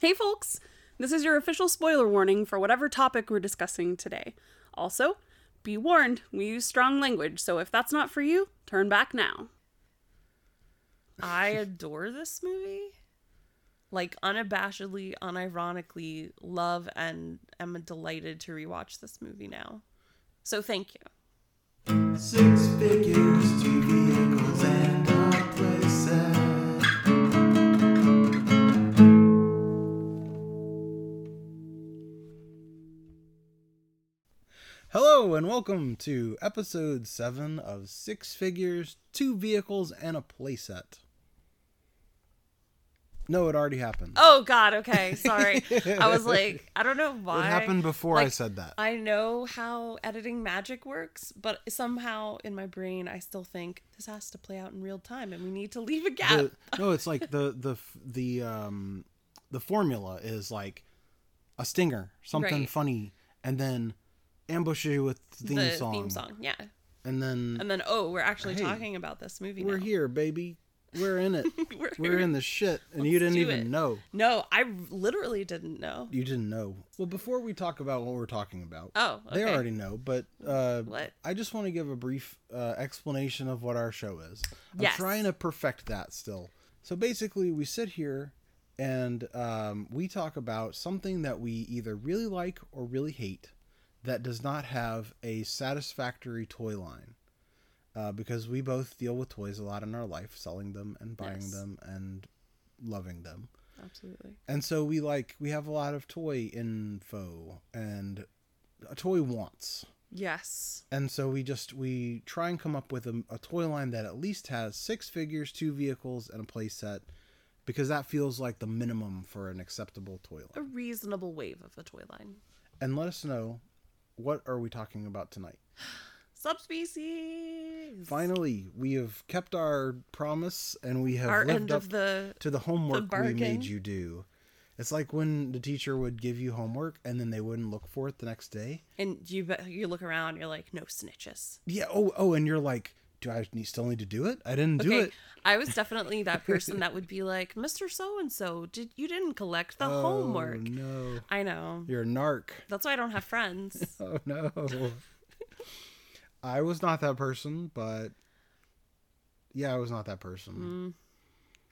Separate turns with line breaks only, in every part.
Hey, folks! This is your official spoiler warning for whatever topic we're discussing today. Also, be warned, we use strong language, so if that's not for you, turn back now.
I adore this movie. Like unabashedly, unironically, love and am delighted to rewatch this movie now. So thank you.
Six figures, two vehicles, and a playset.
Hello and welcome to episode 7 of Six Figures, Two Vehicles, and a Playset. No, it already happened.
Oh God, okay, sorry. I was like, Oh, I don't know why.
it happened before I
Like,
said that.
I know how editing magic works, but somehow in my brain, I still think this has to play out in real time, and we need to leave a gap.
The- no, it's like the the f- the um the formula is like a stinger, something
Right.
funny, and then ambush you with theme
the
song,
theme song, yeah.
and then
And then, oh, we're actually
Hey,
talking about this movie.
we're
now.
here, baby. We're in it.
We're
We're in the shit, and you didn't
do
even
it.
know.
No, I literally didn't know.
You didn't know. Well, before we talk about what we're talking about,
Oh,
they
okay.
already know, but uh,
What?
I just want to give a brief uh, explanation of what our show is. I'm
Yes.
trying to perfect that still. So basically, we sit here and um, we talk about something that we either really like or really hate that does not have a satisfactory toy line. Uh, because we both deal with toys a lot in our life, selling them and buying
Yes.
them and loving them.
Absolutely.
And so we like we have a lot of toy info and a toy wants.
Yes.
And so we just we try and come up with a, a toy line that at least has six figures, two vehicles, and a play set because that feels like the minimum for an acceptable toy
A
line.
reasonable wave of a toy line.
And let us know what are we talking about tonight.
Subspecies.
Finally, we have kept our promise and we have
Our
lived
end
up
of the.
to the homework we
bargain.
made you do. It's like when the teacher would give you homework and then they wouldn't look for it the next day.
And you be- you look around, you're like, no snitches.
Yeah. Oh, oh, and you're like, do I need, still need to do it? I didn't do it.
I was definitely that person that would be like, Mr. So and so, did you didn't collect the homework?
Oh no,
I know.
you're a narc.
That's why I don't have friends.
Oh no. I was not that person, but yeah, I was not that person.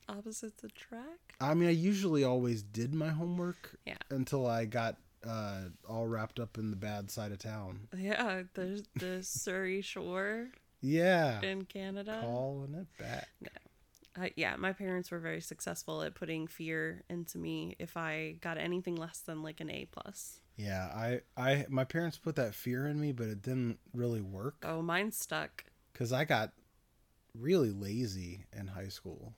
Opposites attract.
I mean, I usually always did my homework
Mm. Yeah.
until I got uh, all wrapped up in the bad side of town.
Yeah, the the Surrey Shore
Yeah,
in Canada.
calling it back.
I, yeah, my parents were very successful at putting fear into me if I got anything less than like an A plus.
Yeah, I, I, my parents put that fear in me, but it didn't really work.
Oh, mine stuck.
because I got really lazy in high school.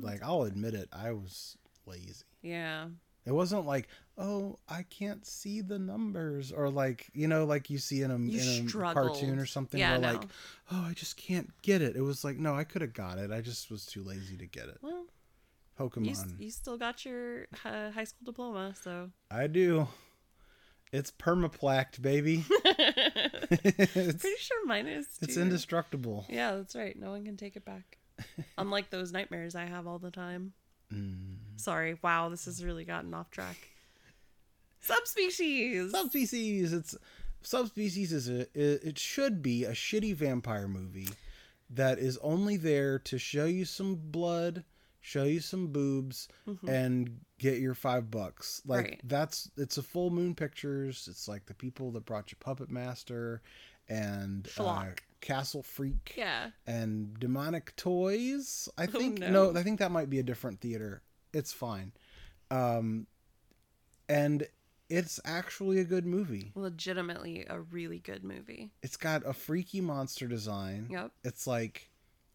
Like I'll admit it, I was lazy.
Yeah,
It wasn't like, oh, I can't see the numbers, or like you know, like you see in a,
you
in a
struggled.
cartoon or something.
Yeah,
where
no.
like, oh, I just can't get it. It was like, no, I could have got it. I just was too lazy to get it.
well, you, s-
Pokemon,
you still got your uh, high school diploma, so
I do. It's permaplacked, baby. it's,
pretty sure mine is. Too.
it's indestructible.
Yeah, that's right. No one can take it back. Unlike those nightmares I have all the time.
Mm. Mm-hmm.
Sorry. Wow, this has really gotten off track. Subspecies.
subspecies it's subspecies is a it it should be a shitty vampire movie that is only there to show you some blood show you some boobs and get your five bucks like
Mm-hmm. Right.
that's it's a full moon pictures it's like the people that brought you puppet master and uh,
Schlock.
castle freak
yeah.
and demonic toys. I think
Oh, no.
no. I think that might be a different theater. It's fine. Um and it's actually a good movie.
Legitimately a really good movie.
It's got a freaky monster design.
Yep.
It's like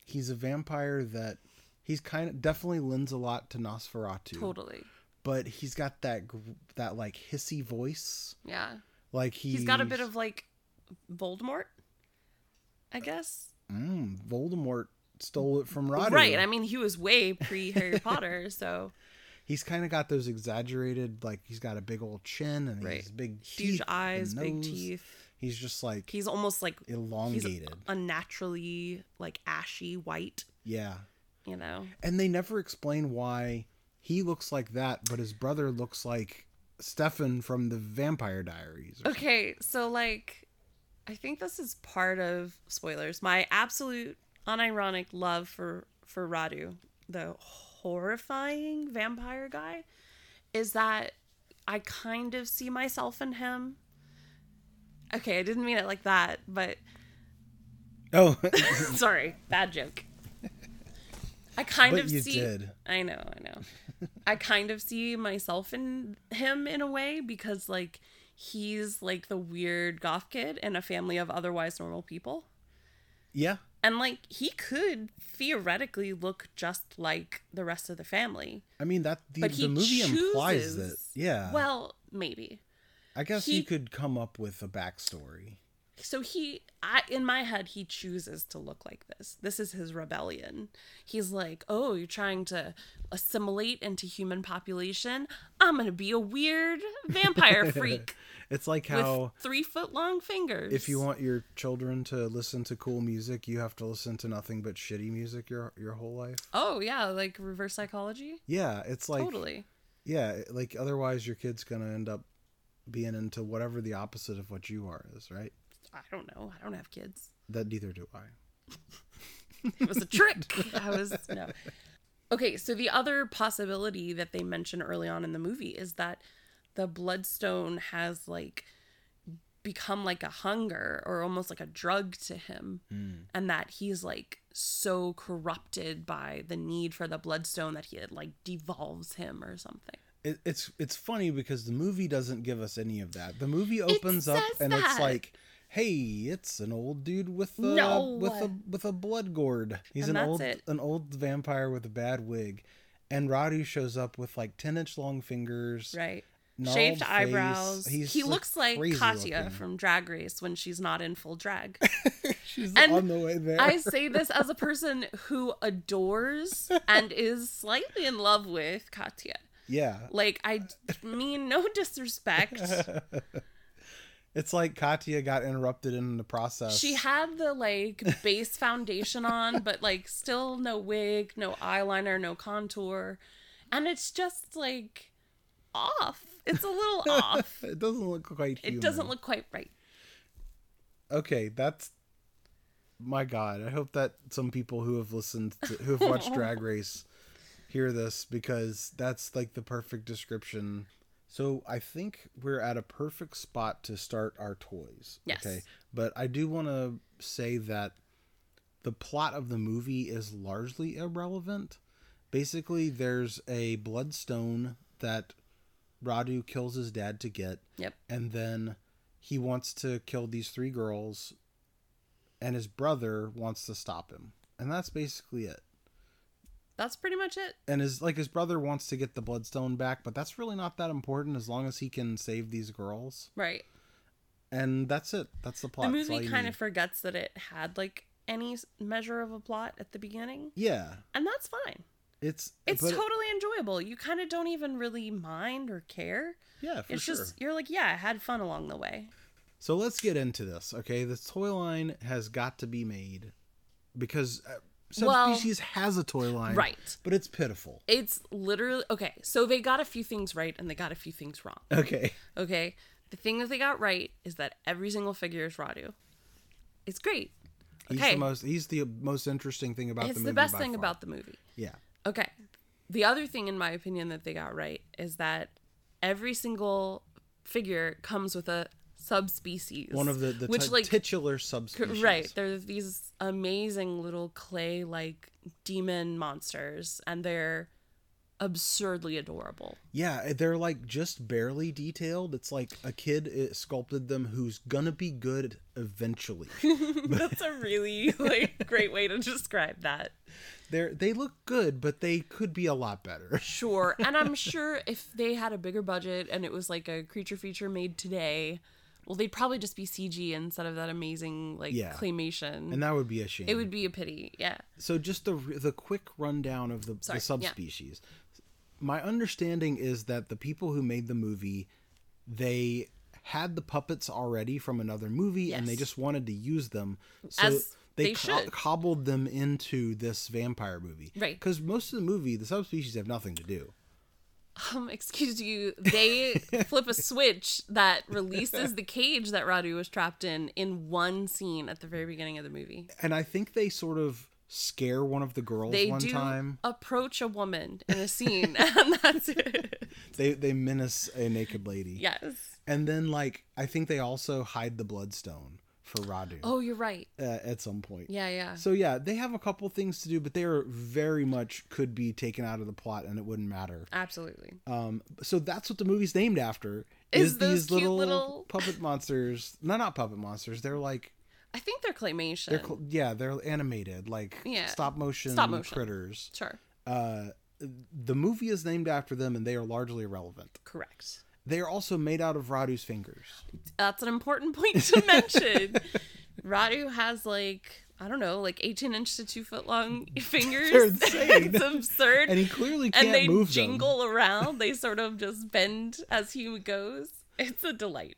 he's a vampire that he's kind of definitely lends a lot to Nosferatu.
Totally.
But he's got that gr- that like hissy voice.
Yeah.
Like he
he's got a bit of like Voldemort,
Uh,
I guess.
mm, Voldemort stole it from Roddy.
Right. I mean, he was way pre Harry Potter, so
he's kind of got those exaggerated like he's got a big old chin and
Right.
these big
huge
teeth and
eyes, big
nose.
teeth.
he's just like
He's almost like he's
elongated
unnaturally like ashy white.
yeah
You know,
and they never explain why he looks like that, but his brother looks like Stefan from the Vampire Diaries. or
Okay, so like I think this is part of spoilers. My absolute unironic love for for Radu, the horrifying vampire guy, is that I kind of see myself in him. Okay, I didn't mean it like that, but
something. Oh,
sorry, bad joke. I kind
But
of
you
see
did.
I know, I know. I kind of see myself in him in a way because like he's like the weird goth kid in a family of otherwise normal people.
yeah.
And like he could theoretically look just like the rest of the family.
I mean that the,
But he
the movie implies that.
chooses-
Yeah.
Well, maybe.
I guess
he-
you could come up with a backstory.
so he I, in my head he chooses to look like this this is his rebellion he's like oh you're trying to assimilate into human population i'm gonna be a weird vampire freak
It's like
with
how
three foot long fingers
if you want your children to listen to cool music, you have to listen to nothing but shitty music your your whole life.
oh yeah like reverse psychology
Yeah, it's like
totally
yeah, like otherwise your kid's gonna end up being into whatever the opposite of what you are is, right?
i don't know i don't have kids
That neither do I.
It was a trick. I was no. Okay, so the other possibility that they mention early on in the movie is that the bloodstone has like become like a hunger or almost like a drug to him
Mm-hmm.
and that he's like so corrupted by the need for the bloodstone that he it, like devolves him or something.
It, it's it's funny because the movie doesn't give us any of that. The movie opens up
says
and it's
that.
like, "Hey, it's an old dude with a
No.
with a with a blood gourd. He's
And
an
that's
old
it.
an old vampire with a bad wig." And Radu shows up with like ten inch long fingers,
Right.
gnarled
Shaved
face.
eyebrows.
He's
he
so
looks like
crazy
Katya
looking.
from Drag Race when she's not in full drag.
She's
and
on the way there.
I say this as a person who adores and is slightly in love with Katya.
yeah,
Like, I d- mean no disrespect.
it's like Katya got interrupted in the process.
She had the like base foundation on, but like still no wig, no eyeliner, no contour. And it's just like off. It's a little off.
it doesn't look quite.
It
Human.
doesn't look quite right.
okay that's my god i hope that some people who have listened to, who have watched drag race hear this because that's like the perfect description so i think we're at a perfect spot to start our toys
Yes.
but i do want to say that the plot of the movie is largely irrelevant basically there's a bloodstone that radu kills his dad to get
Yep.
and then he wants to kill these three girls and his brother wants to stop him and that's basically it
That's pretty much it.
and his like his brother wants to get the bloodstone back but that's really not that important as long as he can save these girls
Right.
and that's it that's the plot
the
That's all
movie
you
kind
need.
of forgets that it had like any s- measure of a plot at the beginning,
yeah
and that's fine.
it's
It's
but-
totally enjoyable. You kind of don't even really mind or care.
yeah for
it's
sure
just you're like, yeah, I had fun along the way.
So let's get into this, okay? The toy line has got to be made because uh,
Well-
subspecies has a toy line,
Right.
But it's pitiful.
It's literally okay. So they got a few things right and they got a few things wrong.
Okay,
Okay. The thing that they got right is that every single figure is Radu. It's great.
he's
Okay.
the most he's the most interesting thing about
it's
the
the,
movie.
best
by
thing
far.
about the movie.
yeah,
Okay. The other thing, in my opinion, that they got right is that every single figure comes with a subspecies.
one of the the
which
ti-
like
titular
c-
subspecies,
right. There's these amazing little clay like demon monsters, and they're absurdly adorable.
Yeah, eh, they're like just barely detailed. It's like a kid uh, sculpted them who's gonna be good eventually.
That's a really like great way to describe that.
they they look good, but they could be a lot better.
Sure, and I'm sure if they had a bigger budget and it was like a creature feature made today. Well, they'd probably just be CG instead of that amazing like
Yeah.
claymation.
And that would be a shame.
It would be a pity. Yeah.
so just the the quick rundown of the,
Sorry, yeah.
the subspecies my understanding is that the people who made the movie they had the puppets already from another movie and they
Yes.
just wanted to use them so
As
they,
they
co-
should.
cobbled them into this vampire movie
Right.
because most of the movie the subspecies have nothing to do
um, excuse you, they flip a switch that releases the cage that Radu was trapped in in one scene at the very beginning of the movie.
And I think they sort of scare one of the girls
They
one
do
time.
approach a woman in a scene, and that's it.
They they menace a naked lady.
Yes.
And then like I think they also hide the bloodstone for Radu
Oh, you're right.
uh, at some point.
Yeah, yeah.
So yeah, they have a couple things to do, but they are very much could be taken out of the plot and it wouldn't matter.
Absolutely.
Um, so that's what the movie's named after.
Is
Is,
those
these
cute
little,
little-
puppet monsters? No, not puppet monsters. They're like
I think they're claymation.
they're cl- yeah they're animated like
Yeah.
stop motion
Stop motion.
critters.
sure.
Uh, the movie is named after them, and they are largely irrelevant.
Correct.
They are also made out of Radu's fingers.
That's an important point to mention. Radu has like I don't know, like eighteen inch to two foot long fingers.
They're insane.
it's absurd.
and he clearly can't
and they
move
jingle around. They sort of just bend as he goes. It's a delight.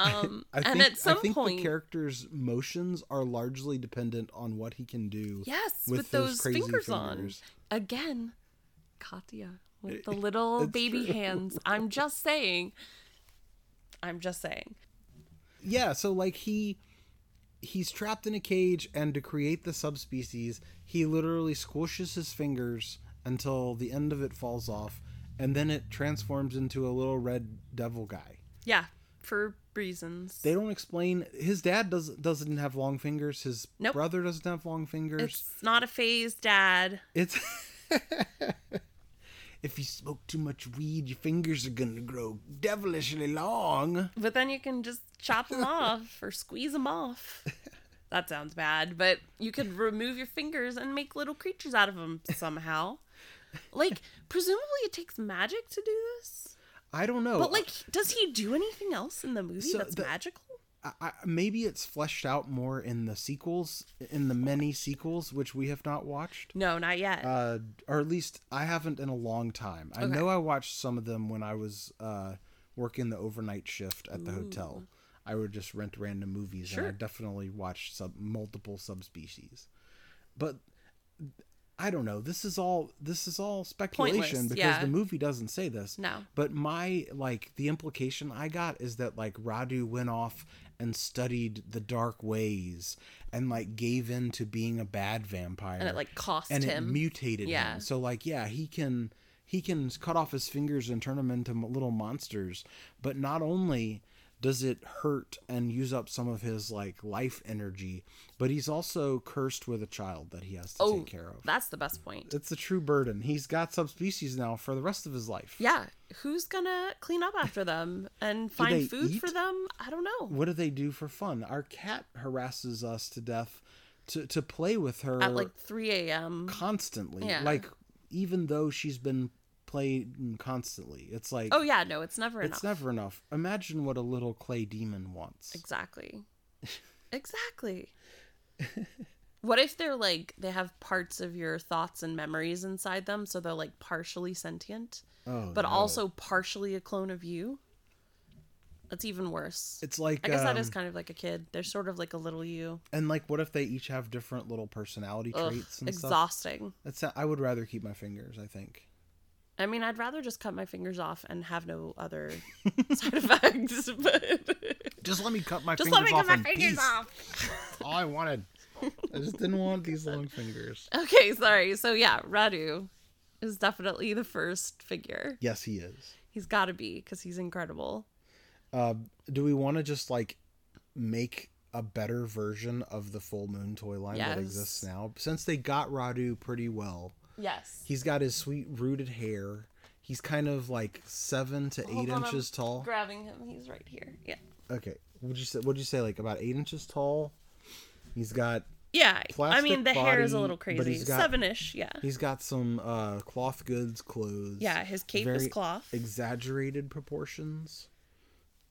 Um,
them. I
and
think,
at some
I think
point,
the character's motions are largely dependent on what he can do.
yes, with,
with
those,
those crazy
fingers,
fingers.
on again, Katya with the little baby hands. I'm just saying. I'm just saying.
Yeah, so like he he's trapped in a cage and to create the subspecies, he literally squishes his fingers until the end of it falls off and then it transforms into a little red devil guy.
Yeah, for reasons.
They don't explain his dad doesn't doesn't have long fingers, his
Nope.
brother doesn't have long fingers.
It's not a phase, Dad.
It's if you smoke too much weed, your fingers are gonna grow devilishly long.
But then you can just chop them off or squeeze them off. That sounds bad, but you could remove your fingers and make little creatures out of them somehow. Like, presumably it takes magic to do this.
I don't know.
But, like, does he do anything else in the movie
So
that's
the-
magical?
I, I, maybe it's fleshed out more in the sequels, in the many sequels which we have not watched,
No, not yet.
uh, or at least I haven't in a long time. I know I watched some of them when I was uh, working the overnight shift at the hotel. I would just rent random movies, and I definitely watched sub multiple subspecies. But I don't know. This is all this is all speculation
Pointless,
because
yeah.
the movie doesn't say this.
No.
But my like the implication I got is that like Radu went off and studied the dark ways and like gave in to being a bad vampire.
and it, like, cost
and
him.
it mutated
Yeah.
him. So like yeah, he can he can cut off his fingers and turn them into m- little monsters. But not only does it hurt and use up some of his like life energy, but he's also cursed with a child that he has to
oh,
take care of.
that's the best point.
It's a true burden. He's got subspecies now for the rest of his life.
Yeah. Who's gonna clean up after them and find
they
food for
eat?
them? I don't know.
What do they do for fun? Our cat harasses us to death to, to play with her
At like 3 a.m.
constantly.
Yeah.
Like even though she's been played constantly. It's like
Oh, yeah, no, it's never enough.
it's never enough. Imagine what a little clay demon wants.
Exactly. Exactly. what if they're like they have parts of your thoughts and memories inside them, so they're like partially sentient,
Oh,
but
no.
also partially a clone of you? That's even worse.
it's like
I guess that
um,
is kind of like a kid. They're sort of like a little you.
and like what if they each have different little personality
Ugh,
traits and stuff?
exhausting.
That's I would rather keep my fingers, I think.
I mean, I'd rather just cut my fingers off and have no other side effects. But
Just let me cut my
just let me cut
fingers off
my
in
fingers
peace.
off.
All I wanted. I just didn't want these long fingers.
Okay, sorry. So yeah, Radu is definitely the first figure.
Yes, he is.
He's got to be because he's incredible.
Do we want to just like make a better version of the full moon toy line that exists
Yes.
now? Since they got Radu pretty well,
Yes.
he's got his sweet rooted hair. He's kind of like seven to eight
on, I'm
inches tall.
Grabbing him, he's right here. Yeah.
okay, would you say? Would you say like about eight inches tall? He's got
Yeah. I
Plastic
mean, the hair is a
body,
little
but
crazy.
he's got-
Seven-ish. Yeah.
he's got some uh, cloth goods clothes.
Yeah. His cape is
very
cloth.
Exaggerated proportions.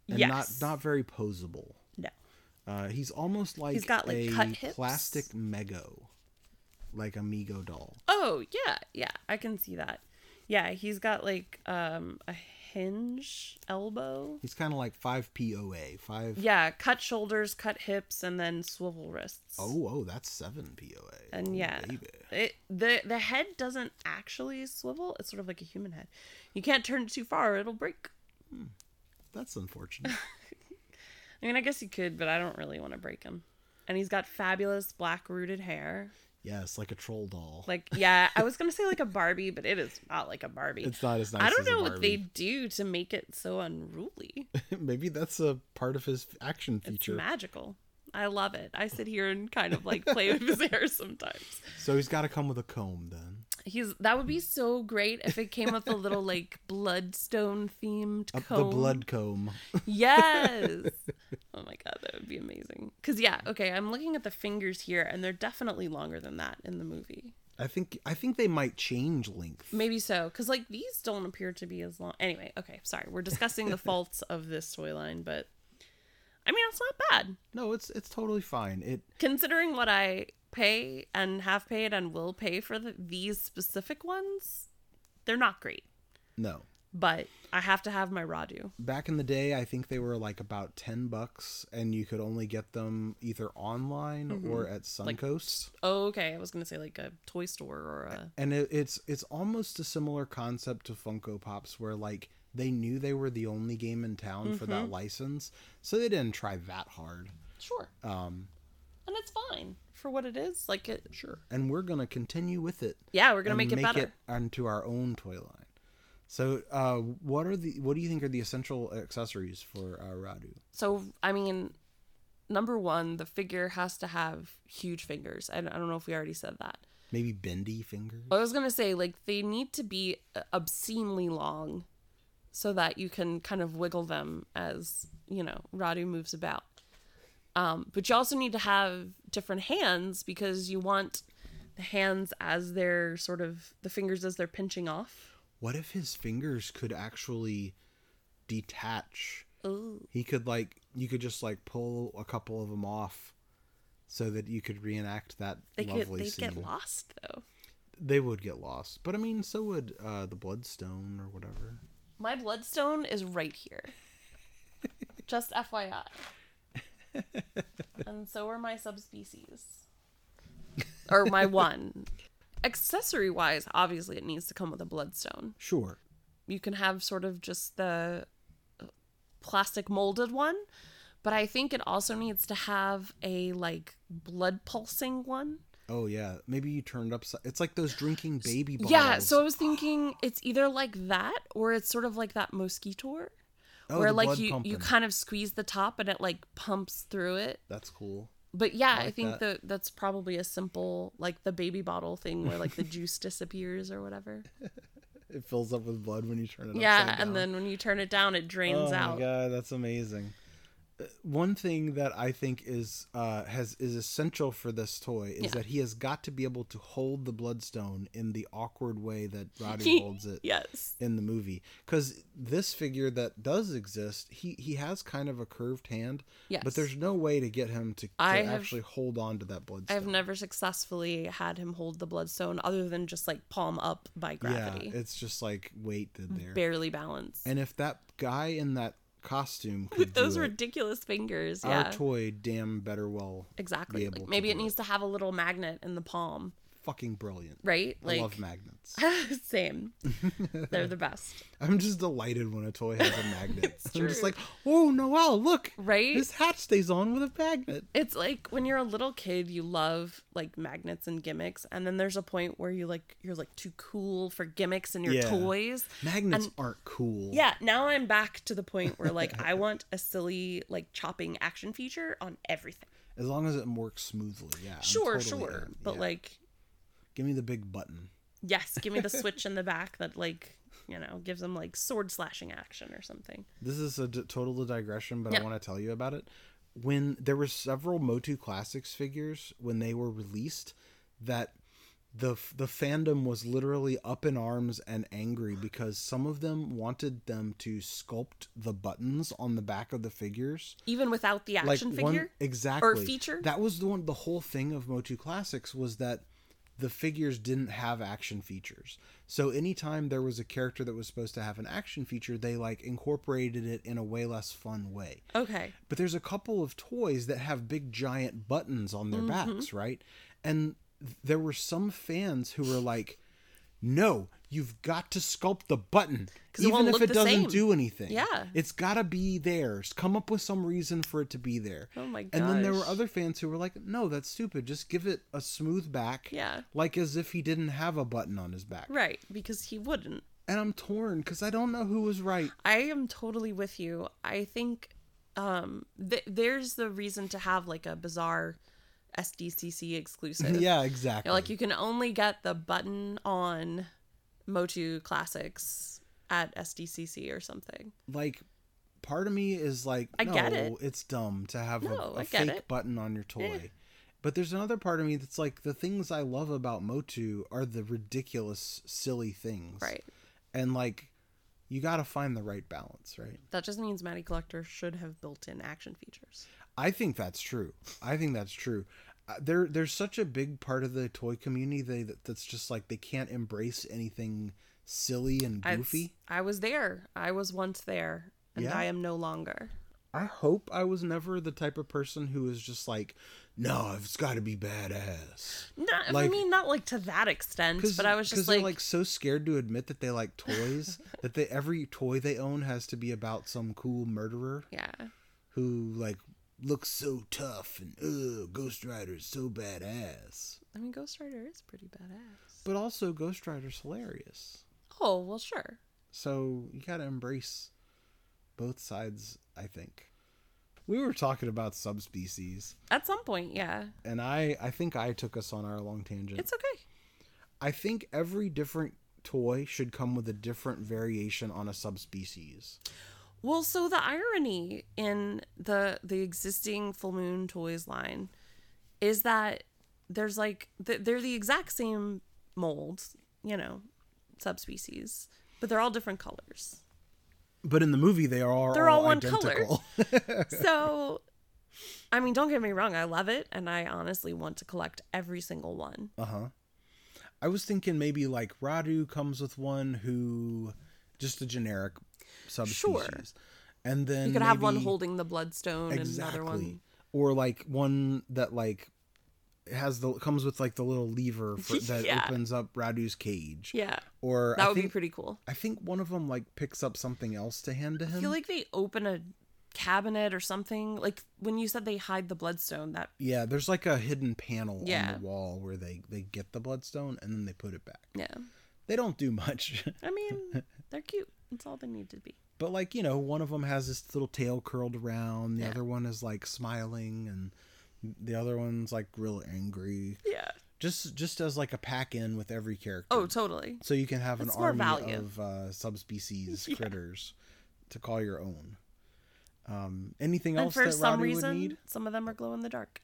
And
yes.
not not very posable.
No.
Uh, he's almost like
He's got, like,
a
cut hips.
plastic mego, like a mego doll.
Oh yeah, yeah. I can see that. Yeah, he's got like um a hinge elbow.
He's kind of like five POA, five.
Yeah, cut shoulders, cut hips, and then swivel wrists.
Oh, oh, that's seven POA.
and yeah,
Oh, baby.
it the the head doesn't actually swivel. It's sort of like a human head. You can't turn it too far; it'll break.
that's unfortunate.
I mean, I guess you could, but I don't really want to break him. And he's got fabulous black rooted hair.
yes, like a troll doll.
Like, yeah, I was gonna say like a Barbie, but it is not like a Barbie.
it's not as nice.
I don't
as a
know what they
Barbie.
do to make it so unruly.
Maybe that's a part of his action
It's
feature.
magical. I love it. I sit here and kind of like play with his hair sometimes.
so he's got to come with a comb then.
He's that would be so great if it came with a little like bloodstone themed
Up
comb.
the blood comb.
Yes. oh my god, that would be amazing. Cuz yeah, okay, I'm looking at the fingers here and they're definitely longer than that in the movie.
I think I think they might change length.
Maybe so, because like these don't appear to be as long. Anyway, okay, sorry. We're discussing the faults of this toy line, but I mean, it's not bad
No, it's it's totally fine. It
considering what I pay and have paid and will pay for the, these specific ones. They're not great,
no.
but I have to have my Radu.
Back in the day, I think they were like about 10 bucks and you could only get them either online
Mm-hmm.
or at Suncoast.
Oh, okay, I was gonna say like a toy store or a
and it, it's it's almost a similar concept to Funko Pops where like they knew they were the only game in town for
Mm-hmm.
that license, so they didn't try that hard.
sure,
Um
and it's fine for what it is. Like it, sure.
and we're going to continue with it.
Yeah, we're gonna make
and
it better.
onto our own toy line. So, uh, what are the what do you think are the essential accessories for uh, Radu?
So I mean, number one, the figure has to have huge fingers. I don't, I don't know if we already said that.
Maybe bendy fingers.
I was gonna say like they need to be uh, obscenely long, so that you can kind of wiggle them as you know Radu moves about. Um, but you also need to have different hands because you want the hands as they're sort of the fingers as they're pinching off.
What if his fingers could actually detach?
Ooh.
He could like you could just like pull a couple of them off, so that you could reenact that
They could
lovely
they
scene.
get lost though.
They would get lost, but I mean, so would uh, the Bloodstone or whatever.
My bloodstone is right here. Just FYI. and so are my subspecies. Or my one. Accessory wise, obviously it needs to come with a bloodstone.
Sure.
You can have sort of just the uh, plastic molded one, but I think it also needs to have a like blood pulsing one.
Oh yeah, maybe you turned upside. It's like those drinking baby bottles.
Yeah, so I was thinking it's either like that or it's sort of like that mosquito
oh,
where
the
like
blood
you, you
pumping.
kind of squeeze the top and it like pumps through it
That's cool.
but yeah i,
like
think
that.
that that's probably a simple like the baby bottle thing where like the juice disappears or whatever
It fills up with blood when you turn it.
yeah
upside down.
and then when you turn it down it drains
oh
out
my god, that's amazing. Uh, One thing that I think is uh, has is essential for this toy is
Yeah.
that he has got to be able to hold the bloodstone in the awkward way that Roddy holds it
yes
in the movie. Because this figure that does exist, he he has kind of a curved hand,
yes
but there's no way to get him to, to
I have-
actually hold on to that bloodstone.
i've never successfully had him hold the bloodstone other than just like palm up by gravity
Yeah, it's just like weighted there.
barely balanced
and if that guy in that costume could
with
do
those
it,
ridiculous fingers
our
yeah
toy damn better well
exactly
able
like,
to
maybe it
do it.
needs to have a little magnet in the palm
fucking brilliant.
right
I love magnets.
Same. They're the best.
I'm just delighted when a toy has a magnet. I'm just
true.
like, oh Noel, look,
Right?
This hat stays on with a magnet.
It's like when you're a little kid, you love like magnets and gimmicks, and then there's a point where you like you're like too cool for gimmicks and your
Yeah.
toys.
Magnets aren't cool.
Yeah, now I'm back to the point where like I want a silly like chopping action feature on everything.
As long as it works smoothly. Yeah. I'm
Sure,
totally
sure,
in.
but
Yeah.
like
give me the big button.
yes, give me the switch in the back that like you know gives them like sword slashing action or something.
This is a d- total digression, but I
Yeah.
want to tell you about it. When there were several Motu Classics figures when they were released, that the f- the fandom was literally up in arms and angry because some of them wanted them to sculpt the buttons on the back of the figures
Even without the action figure,
exactly
feature?
that was the one the whole thing of motu classics was that the figures didn't have action features. So anytime there was a character that was supposed to have an action feature, they like incorporated it in a way less fun way.
Okay.
But there's a couple of toys that have big giant buttons on their
Mm-hmm.
backs, right? And th- there were some fans who were like, "No, you've got to sculpt the button,
'Cause it
even
won't
if
look
it
the
doesn't
same."
do anything.
Yeah.
it's got to be theirs. Come up with some reason for it to be there."
Oh my
And then there were
gosh.
other fans who were like, "No, that's stupid. Just give it a smooth back,
Yeah.
like as if he didn't have a button on his back."
Right. Because he wouldn't.
And I'm torn because I don't know who was right.
I am totally with you. I think um th- there's the reason to have like a bizarre SDCC exclusive.
yeah, exactly.
You know, like you can only get the button on Motu Classics at SDCC or something.
like part of me is like
I
no,
get it.
it's dumb to have a-
No,
a,
I get
fake
it.
button on your toy but there's another part of me that's like the things i love about motu are the ridiculous silly things
Right.
and like you gotta find the right balance right
That just means Matty Collector should have built in action features.
i think that's true i think that's true Uh, there there's such a big part of the toy community they, that, that's just like they can't embrace anything silly and
I-
goofy
I, was there. I was once there, and
Yeah.
I am no longer.
I hope I was never the type of person who is just like, no, it's got to be badass.
Not, I
Like-
mean, not like to that extent, but I was
'cause
just
they're
like,
like so scared to admit that they like toys that they every toy they own has to be about some cool murderer
yeah,
who like looks so tough and ugh, Ghost Rider is so badass.
I mean, Ghost Rider is pretty badass.
But also Ghost Rider's hilarious,
Oh well, sure.
so you gotta embrace both sides. I think we were talking about subspecies,
At some point, yeah,
and I I think I took us on our long tangent.
it's okay.
I think every different toy should come with a different variation on a subspecies.
Well, so the irony in the the existing Full Moon Toys line is that there's like th- they're the exact same mold, you know, subspecies, but they're all different colors.
But in the movie, they are
They're all one color.
identical.
so i mean don't get me wrong i love it and i honestly want to collect every single one
uh huh. I was thinking maybe like Radu comes with one who just a generic subspecies, and then
you could have one
maybe-
holding the bloodstone
exactly,
and another one
or like one that like has the comes with like the little lever for, that
Yeah.
opens up Radu's cage.
yeah
Or
that
I
would
think
be pretty cool
I think one of them like picks up something else to hand to him.
i feel like they open a cabinet or something like when you said they hide the bloodstone that
Yeah, there's like a hidden panel on
Yeah.
the wall where they they get the bloodstone and then they put it back.
yeah
They don't do much,
i mean they're cute it's all they need to be
but like you know, one of them has this little tail curled around, the
Yeah.
other one is like smiling, and the other one's like real angry.
yeah
Just just as like a pack in with every character.
oh totally
so you can have an
that's more
army
value.
of uh, subspecies critters to call your own. Um, anything
and
else
for
that
some
Roddy would
reason
need?
some of them are glow in the dark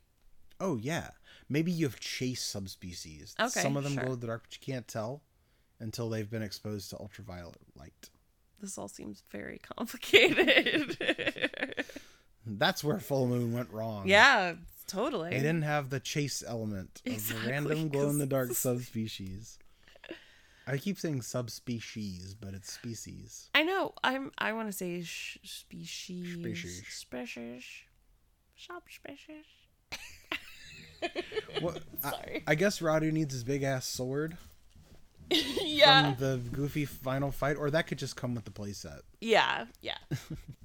Oh yeah, maybe you have chased subspecies.
Okay,
some of them
sure.
glow in the dark, but you can't tell until they've been exposed to ultraviolet light.
this all seems very complicated
That's where full moon went wrong.
yeah totally
they didn't have the chase element of the
Exactly,
random glow in the dark subspecies. I keep saying subspecies, but it's species.
I know. I'm. I want to say sh- species.
Species.
Species. Shop species.
What, I,
Sorry.
I guess Radu needs his big ass sword
yeah.
from the goofy final fight, or that could just come with the playset.
yeah. Yeah.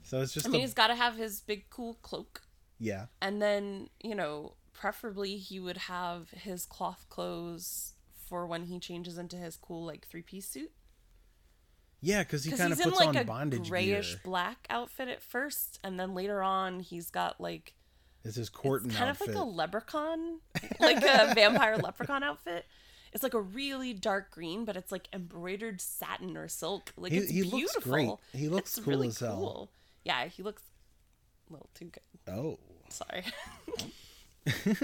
So it's just
I mean,
a-
he's got to have his big cool cloak,
yeah.
and then you know, preferably he would have his cloth clothes for when he changes into his cool like three piece suit.
Yeah, because he
Because
kind of
he's in
puts
like
on
a
bondage
grayish
gear.
black outfit at first, and then later on he's got like
It's his court
It's
and
kind
outfit.
of like a leprechaun, like a vampire leprechaun outfit. It's like a really dark green, but it's like embroidered satin or silk. Like
He-
it's
he
beautiful.
looks great. He looks
It's
cool
really
as hell.
cool. Yeah, he looks a little too good.
Oh.
Sorry.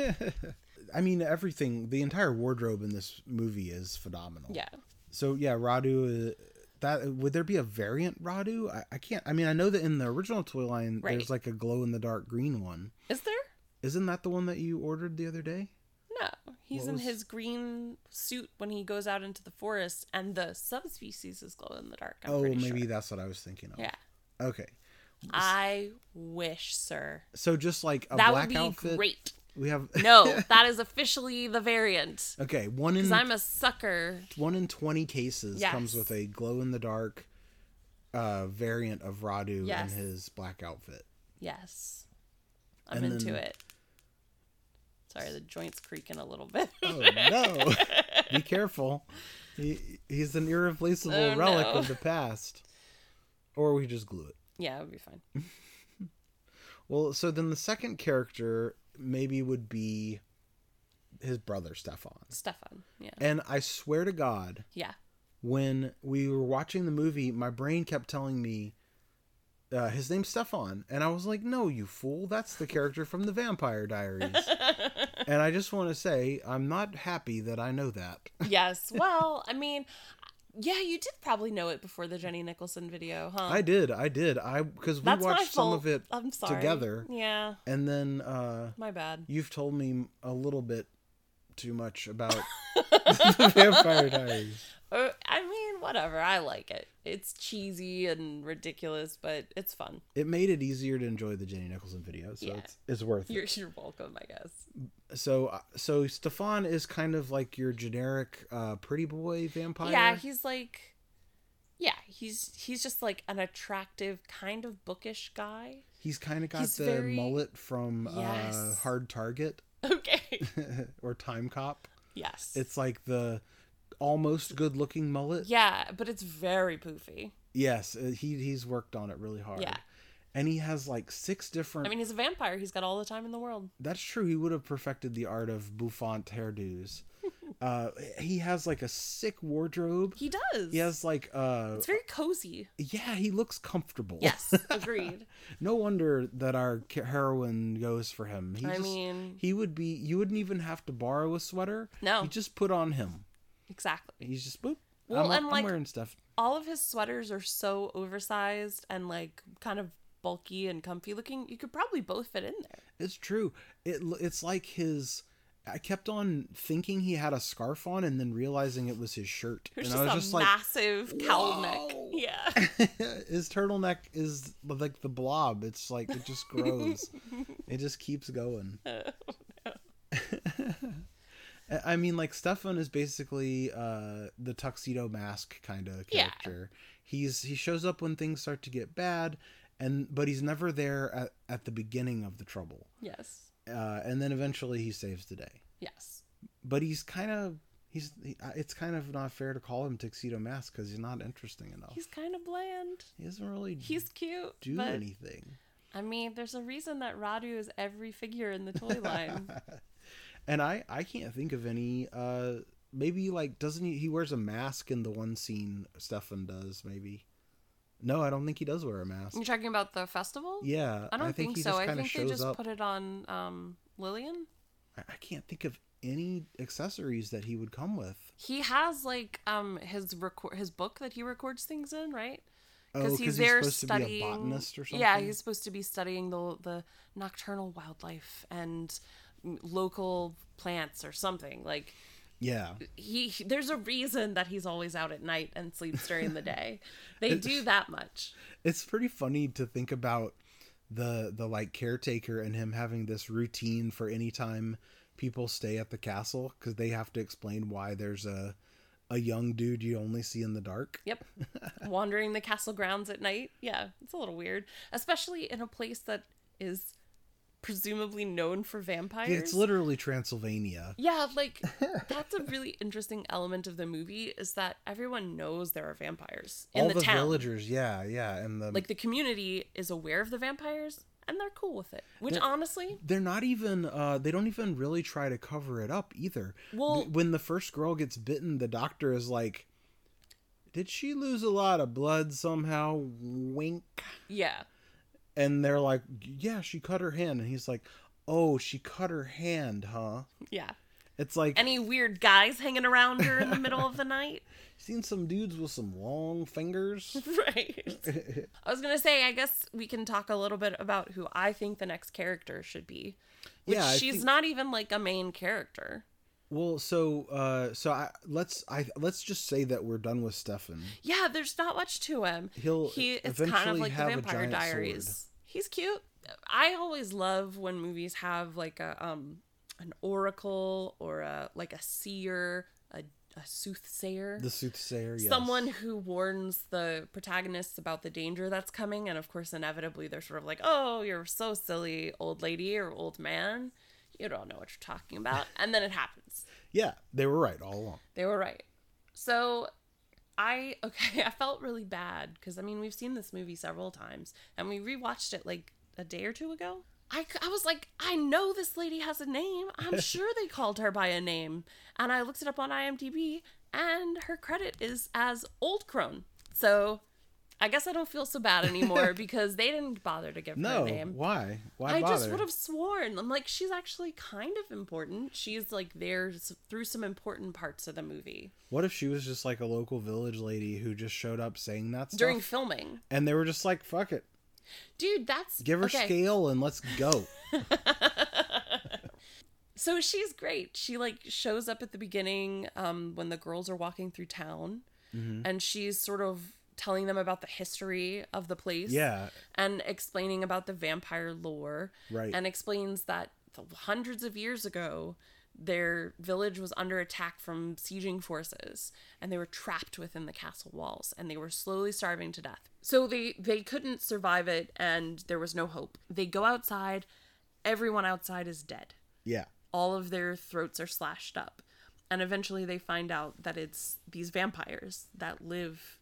I mean, everything, the entire wardrobe in this movie is phenomenal.
yeah.
So, yeah, Radu, uh, that would there be a variant Radu? I, I can't, I mean, I know that in the original toy line,
Right.
there's like a glow in the dark green one.
Is there?
Isn't that the one that you ordered the other day?
Yeah, he's
What
in
was-
his green suit when he goes out into the forest, and the subspecies is glow in the dark. I'm
oh,
pretty
maybe
sure.
that's what I was thinking of.
Yeah,
Okay.
I wish, sir.
So just like a
that would
black
be
outfit.
great.
We have
No, that is officially the variant.
okay, one in
Because I'm a sucker.
one in 20 cases comes
Yes.
with a glow in the dark uh variant of Radu
Yes.
in his black outfit.
Yes, I'm
And
into
then-
it. Sorry, the joint's creaking a little bit.
Oh no. Be careful. He, he's an irreplaceable
Oh,
relic
no.
of the past. Or we just glue it.
yeah, it would be fine.
Well, so then the second character maybe would be his brother Stefan.
Stefan. Yeah.
And I swear to God,
Yeah.
when we were watching the movie, my brain kept telling me uh, his name's Stefan. And I was like, no, you fool. That's the character from the Vampire Diaries. and I just want to say, I'm not happy that I know that.
Yes. Well, I mean, yeah, you did probably know it before the Jenny Nicholson video, huh?
I did. I did. I, because we
That's my
watched some
fault.
of it
I'm sorry.
together.
Yeah,
And then uh,
my bad.
you've told me a little bit too much about the Vampire Diaries.
Uh, I mean, whatever. I like it. It's cheesy and ridiculous, but it's fun.
It made it easier to enjoy the Jenny Nicholson video. So
Yeah.
it's, it's worth it.
You're, you're welcome, I guess.
so uh, so Stefan is kind of like your generic uh, pretty boy vampire.
Yeah, he's like, yeah, he's he's just like an attractive, kind of bookish guy.
he's kind of got
he's
the
very-
mullet from uh,
Yes.
Hard Target
Okay.
or Time Cop.
yes.
It's like the almost good-looking mullet.
yeah, but it's very poofy.
Yes, uh, he he's worked on it really hard.
Yeah.
And he has like six different.
I mean, he's a vampire. He's got all the time in the world.
that's true. He would have perfected the art of bouffant hairdos. uh, he has like a sick wardrobe.
He does.
He has like uh,
It's very cozy.
yeah, he looks comfortable.
Yes, agreed.
No wonder that our ca- heroine goes for him. He
I
just,
mean-
he would be. You wouldn't even have to borrow a sweater.
No.
you just put on him.
Exactly.
He's just boop.
Well,
I'm,
and,
I'm
like-
wearing stuff.
All of his sweaters are so oversized and like kind of bulky and comfy looking. You could probably both fit in there.
It's true. It l- it's like his. I kept on thinking he had a scarf on, and then realizing it was his shirt.
There's
and I was
just a
just
massive cowl neck.
"Whoa."
Yeah.
like, his turtleneck is like the blob. It's like it just grows. it just keeps going.
Oh,
I- I mean, like Stefan is basically uh, the tuxedo mask kind of
Yeah.
character. He's he shows up when things start to get bad, and but he's never there at, at the beginning of the trouble.
yes.
Uh, and then eventually he saves the day.
Yes.
But he's kind of he's he, I- it's kind of not fair to call him tuxedo mask because he's not interesting enough.
He's kind of bland.
he doesn't really
He's cute.
Oh. Mm. do
but,
anything.
I mean, there's a reason that Radu is every figure in the toy line.
And I I can't think of any. uh Maybe like doesn't he? He wears a mask in the one scene Stefan does. Maybe. No, I don't think he does wear a mask.
You're talking about the festival?
Yeah,
I don't think,
he
so.
just
I
kinda
think they
shows
just
up.
put it on um, Lillian.
I I can't think of any accessories that he would come with.
he has like um his record his book that he records things in right
Oh,
because
'cause
he's there
supposed
studying
to be a botanist or something.
yeah he's supposed to be studying the the nocturnal wildlife and m- local plants or something like
yeah.
he, he- there's a reason that he's always out at night and sleeps during the day they do that much
It's pretty funny to think about the the like caretaker and him having this routine for any time people stay at the castle because they have to explain why there's a a young dude you only see in the dark.
yep wandering the castle grounds at night yeah it's a little weird especially in a place that is presumably known for vampires
Yeah, it's literally Transylvania.
Yeah, like that's a really interesting element of the movie is that everyone knows there are vampires in
All
the,
the
town.
villagers, yeah, yeah, and the
Like the community is aware of the vampires and they're cool with it. Which honestly,
they're not even uh they don't even really try to cover it up either
Well-
Th- when the first girl gets bitten the doctor is like did she lose a lot of blood somehow wink
yeah.
and they're like yeah she cut her hand and he's like oh she cut her hand huh
Yeah.
it's like
Any weird guys hanging around her in the middle of the night?
seen some dudes with some long fingers
Right. I was going to say I guess we can talk a little bit about who I think the next character should be. Which
Yeah, I
she's
think-
not even like a main character.
Well, so uh, so I, let's I let's just say that we're done with Stefan.
Yeah, there's not much to him.
He'll
he it's kind of
eventually
like the
have a
Vampire
giant
Diaries.
sword.
He's cute. I always love when movies have like a um an oracle or a like a seer, a, a soothsayer.
The soothsayer, yes.
Someone who warns the protagonists about the danger that's coming, and of course, inevitably, they're sort of like, "Oh, you're so silly, old lady or old man. You don't know what you're talking about." And then it happens.
Yeah, they were right all along.
They were right. So I okay, I felt really bad because I mean we've seen this movie several times and we rewatched it like a day or two ago. I, c- I was like, I know this lady has a name. I'm sure they called her by a name. And I looked it up on IMDb and her credit is as Old Crone. So I guess I don't feel so bad anymore because they didn't bother to give
No,
her a name.
why? Why
I
bother?
just would have sworn. I'm like, she's actually kind of important. She's like there s- through some important parts of the movie
What if she was just like a local village lady who just showed up saying that stuff,
during filming.
and they were just like, "Fuck it,
Dude, that's
give her
okay.
scale and let's go."
So she's great. She like shows up at the beginning um, when the girls are walking through town,
Mm-hmm.
and she's sort of telling them about the history of the place.
yeah,
and explaining about the vampire lore.
Right.
And explains that th- hundreds of years ago, their village was under attack from sieging forces, and they were trapped within the castle walls, and they were slowly starving to death. So they they couldn't survive it, and there was no hope. They go outside. Everyone outside is dead
yeah.
all of their throats are slashed up. And eventually they find out that it's these vampires that live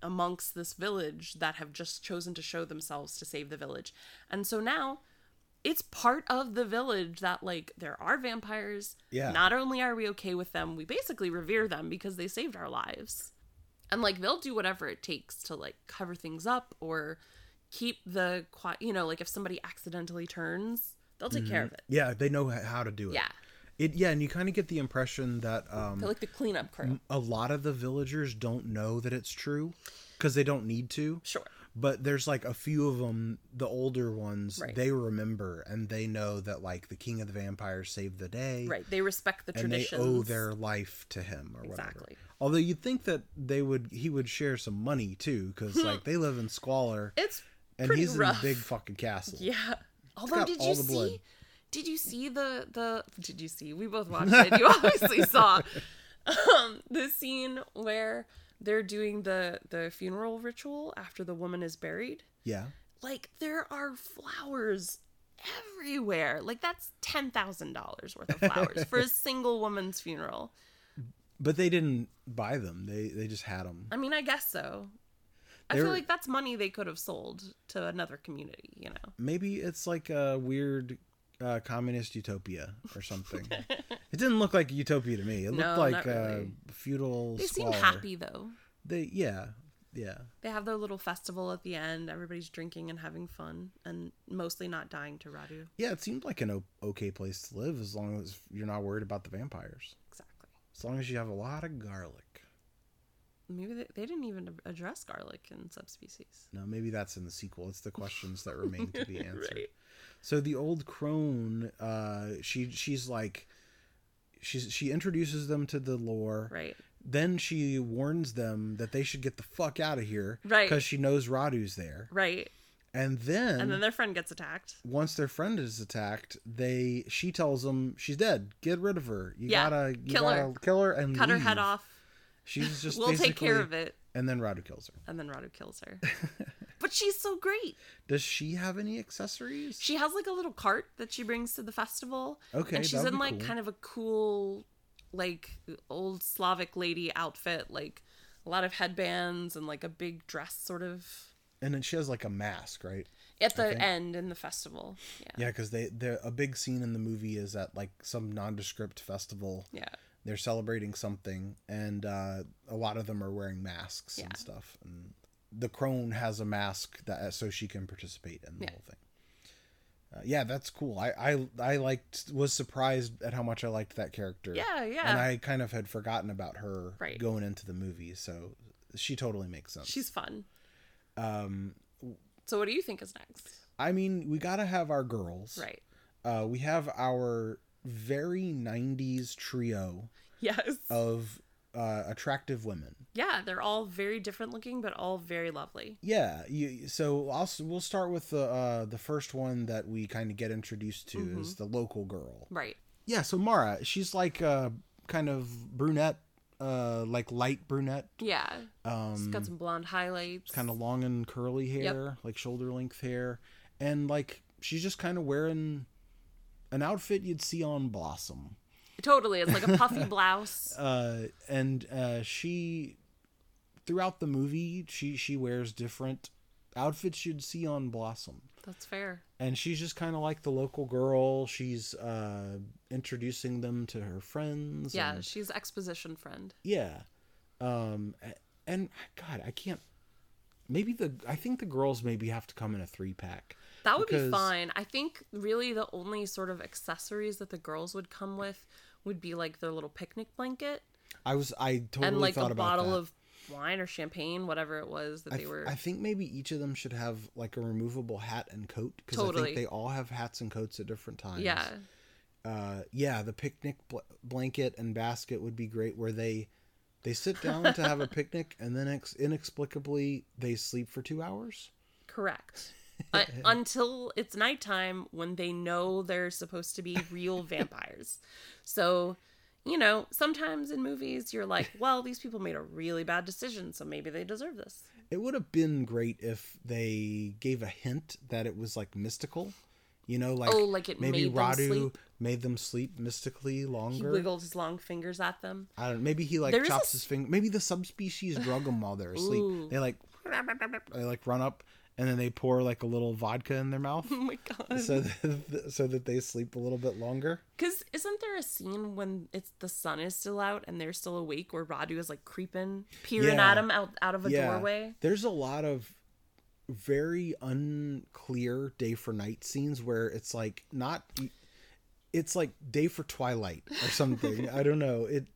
amongst this village that have just chosen to show themselves to save the village. And so now it's part of the village that, like, there are vampires.
Yeah.
Not only are we okay with them, we basically revere them because they saved our lives. And, like, they'll do whatever it takes to, like, cover things up or keep the, qui- you know, like, if somebody accidentally turns, they'll take care of it.
Yeah, they know h- how to do it.
Yeah.
It yeah, and you kind of get the impression that um
They're like the cleanup crew.
a lot of the villagers don't know that it's true cuz they don't need to.
Sure.
But there's like a few of them, the older ones,
Right.
they remember and they know that like the king of the vampires saved the day.
Right. They respect the
And they
traditions.
owe their life to him or whatever.
Exactly.
Although you'd think that they would he would share some money too cuz like they live in squalor
It's
and
pretty
he's
rough.
in a big fucking castle.
Yeah. Although
got
did
all
you
the
see
blood.
did you see the the did you see? We both watched it. You obviously saw um the scene where they're doing the the funeral ritual after the woman is buried.
Yeah.
Like there are flowers everywhere. Like that's ten thousand dollars worth of flowers for a single woman's funeral.
But they didn't buy them. They they just had them.
I mean, I guess so. I
They're-
feel like that's money they could have sold to another community, you know.
maybe it's like a weird uh, communist utopia or something. it didn't look like a utopia to me. It looked
No,
like
not
a
really.
feudal.
They seem
squalor.
happy though.
They yeah yeah
They have their little festival at the end. Everybody's drinking and having fun, and mostly not dying to Radu.
yeah. It seemed like an o- okay place to live as long as you're not worried about the vampires.
Exactly.
As long as you have a lot of garlic.
Maybe they, they didn't even address garlic in subspecies.
No, maybe that's in the sequel. It's the questions that remain to be answered.
Right.
So the old crone, uh, she she's like, she's she introduces them to the lore.
Right.
Then she warns them that they should get the fuck out of here,
Right.
Because she knows Radu's there.
Right.
And then,
And then their friend gets attacked.
once their friend is attacked, they she tells them she's dead. Get rid of her. You
Yeah,
gotta you
kill her.
gotta kill her and
Cut her head
leave."
off.
She's just
We'll take care
basically-
of it.
And then Radu kills her.
And then Radu kills her. but she's so great.
Does she have any accessories?
She has like a little cart that she brings to the festival.
Okay,
And
that
she's
would
in
be
like
cool.
kind of a cool, like old Slavic lady outfit, like a lot of headbands and like a big dress sort of
and then she has like a mask, right?
at the
think.
end in the festival. Yeah.
Yeah, because they they a big scene in the movie is at like some nondescript festival.
Yeah.
They're celebrating something, and uh, a lot of them are wearing masks
Yeah.
and stuff. And the crone has a mask that uh, so she can participate in the
Yeah.
whole thing. Uh, yeah, that's cool. I, I I liked was surprised at how much I liked that character.
Yeah, yeah.
And I kind of had forgotten about her
Right.
going into the movie, so she totally makes sense.
She's fun.
um,
So what do you think is next?
I mean, we gotta have our girls,
Right.
uh, we have our very 90s trio
Yes.
of uh, attractive women.
Yeah, they're all very different looking, but all very lovely.
Yeah, you, so I'll, s- we'll start with the uh, the first one that we kind of get introduced to is the local girl.
Right.
Mm-hmm. Yeah, so Mara, she's like uh, kind of brunette, uh, like light brunette,
Yeah. She's
um,
got some blonde highlights.
kind of long and curly hair, like shoulder length hair, and like she's just kind of wearing an outfit you'd see on Blossom.
Totally. It's like a puffy blouse.
Uh, and uh, she, throughout the movie, she she wears different outfits you'd see on Blossom.
That's fair.
and she's just kind of like the local girl she's uh introducing them to her friends
Yeah,
and-
she's exposition friend.
yeah um a- and god i can't maybe the i think the girls maybe have to come in a three pack
That would
because-
be fine. I think really the only sort of accessories that the girls would come with would be like their little picnic blanket
i was i totally
and like
thought
a
about
bottle
that.
of wine or champagne, whatever it was that
I,
they
th-
were.
I think maybe each of them should have like a removable hat and coat because I
Totally.
think they all have hats and coats at different times.
yeah,
uh, yeah, the picnic bl- blanket and basket would be great. Where they they sit down to have a picnic, and then ex- inexplicably they sleep for two hours.
correct. uh, until it's nighttime when they know they're supposed to be real vampires. So, you know, sometimes in movies you're like, well, these people made a really bad decision, so maybe they deserve this.
It would have been great if they gave a hint that it was like mystical, you know, like
Oh, like it
maybe
made them
Radu
sleep?
made them sleep mystically
He
longer.
wiggled his long fingers at them.
I don't. Maybe he like
There is a
chops
s-
his finger. Maybe the subspecies drug them while they're asleep.
Ooh.
They like
Oh
they like run up and then they pour like a little vodka in their mouth.
Oh my god.
so that, so that they sleep a little bit longer.
Because isn't there a scene when it's the sun is still out and they're still awake where Radu is like creeping, peering
Yeah.
at him out, out of a doorway?
There's a lot of very unclear day for night scenes where it's like not e, it's like day for twilight or something. I don't know. It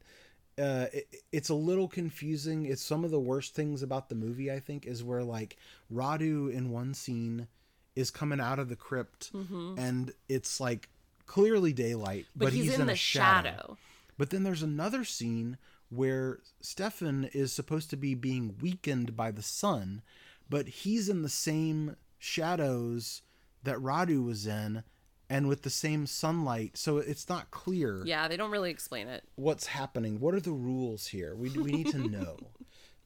uh, it, it's a little confusing. It's some of the worst things about the movie, I think, is where like Radu in one scene is coming out of the crypt and it's like clearly daylight,
Mm-hmm. But,
but,
he's, in,
a
the shadow.
but then there's another scene where Stefan is supposed to be being weakened by the sun, but he's in the same shadows that Radu was in and with the same sunlight. So it's not clear
Yeah, they don't really explain it.
what's happening. What are the rules here? We, we need to know.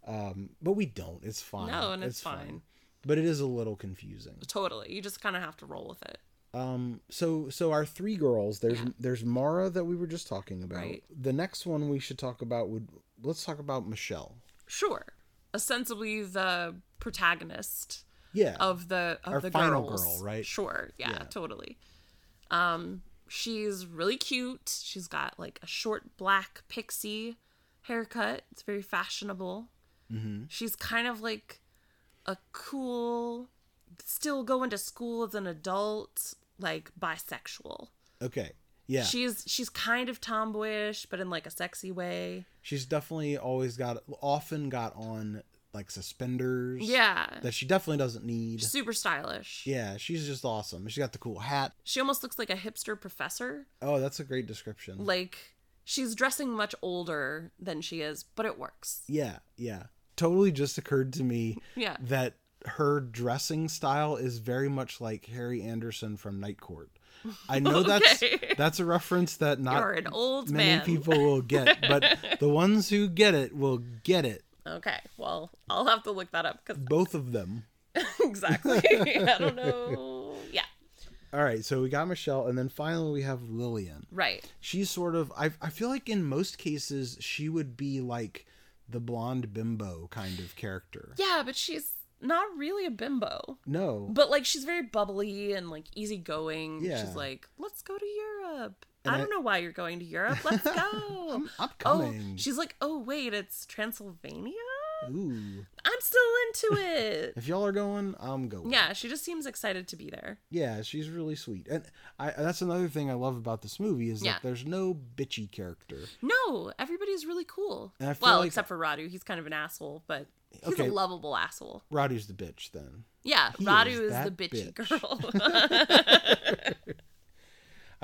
um, but we don't. It's fine.
No, and it's fine.
But it is a little confusing.
Totally. You just kind of have to roll with it.
Um. So so our three girls. There's there's Mara that we were just talking about.
Right.
The next one we should talk about would let's talk about Michelle.
Sure. Ostensibly the protagonist
Yeah.
of the of
Our
the
final
girls.
girl, right?
Sure. Yeah,
Yeah.
totally. Um, she's really cute. She's got like a short black pixie haircut. It's very fashionable.
mm-hmm.
she's kind of like a cool still going to school as an adult like bisexual
Okay. Yeah.
she's she's kind of tomboyish but in like a sexy way
She's definitely always got often got on like suspenders.
yeah
That she definitely doesn't need.
super stylish
Yeah. She's just awesome. She's got the cool hat.
she almost looks like a hipster professor
Oh, that's a great description.
like she's dressing much older than she is but it works
yeah. Yeah. Totally just occurred to me
yeah
that her dressing style is very much like Harry Anderson from Night Court. I know
Okay.
that's that's a reference that
you're
not
an old
many
man
people will get, but the ones who get it will get it.
okay well i'll have to look that up because
Both of them.
exactly i don't know yeah
All right, so we got Michelle, and then finally we have Lillian.
right
She's sort of I I feel like in most cases she would be like the blonde bimbo kind of character.
Yeah, but she's not really a bimbo.
No.
But like she's very bubbly and like easygoing.
Yeah.
She's like, let's go to Europe.
And
I
I-
don't know why you're going to Europe. Let's go.
I'm, I'm
oh,
coming.
she's like, oh wait, it's Transylvania.
Ooh.
I'm still into it.
If y'all are going, I'm going.
yeah, she just seems excited to be there.
Yeah, she's really sweet, and I that's another thing I love about this movie is
Yeah.
that there's no bitchy character.
No, everybody's really cool.
And I feel
Well,
like-
except for Radu, he's kind of an asshole, but he's
Okay.
a lovable asshole.
Radu's the bitch, then.
Yeah,
He
Radu
is
is, the
that
bitchy
bitch.
girl.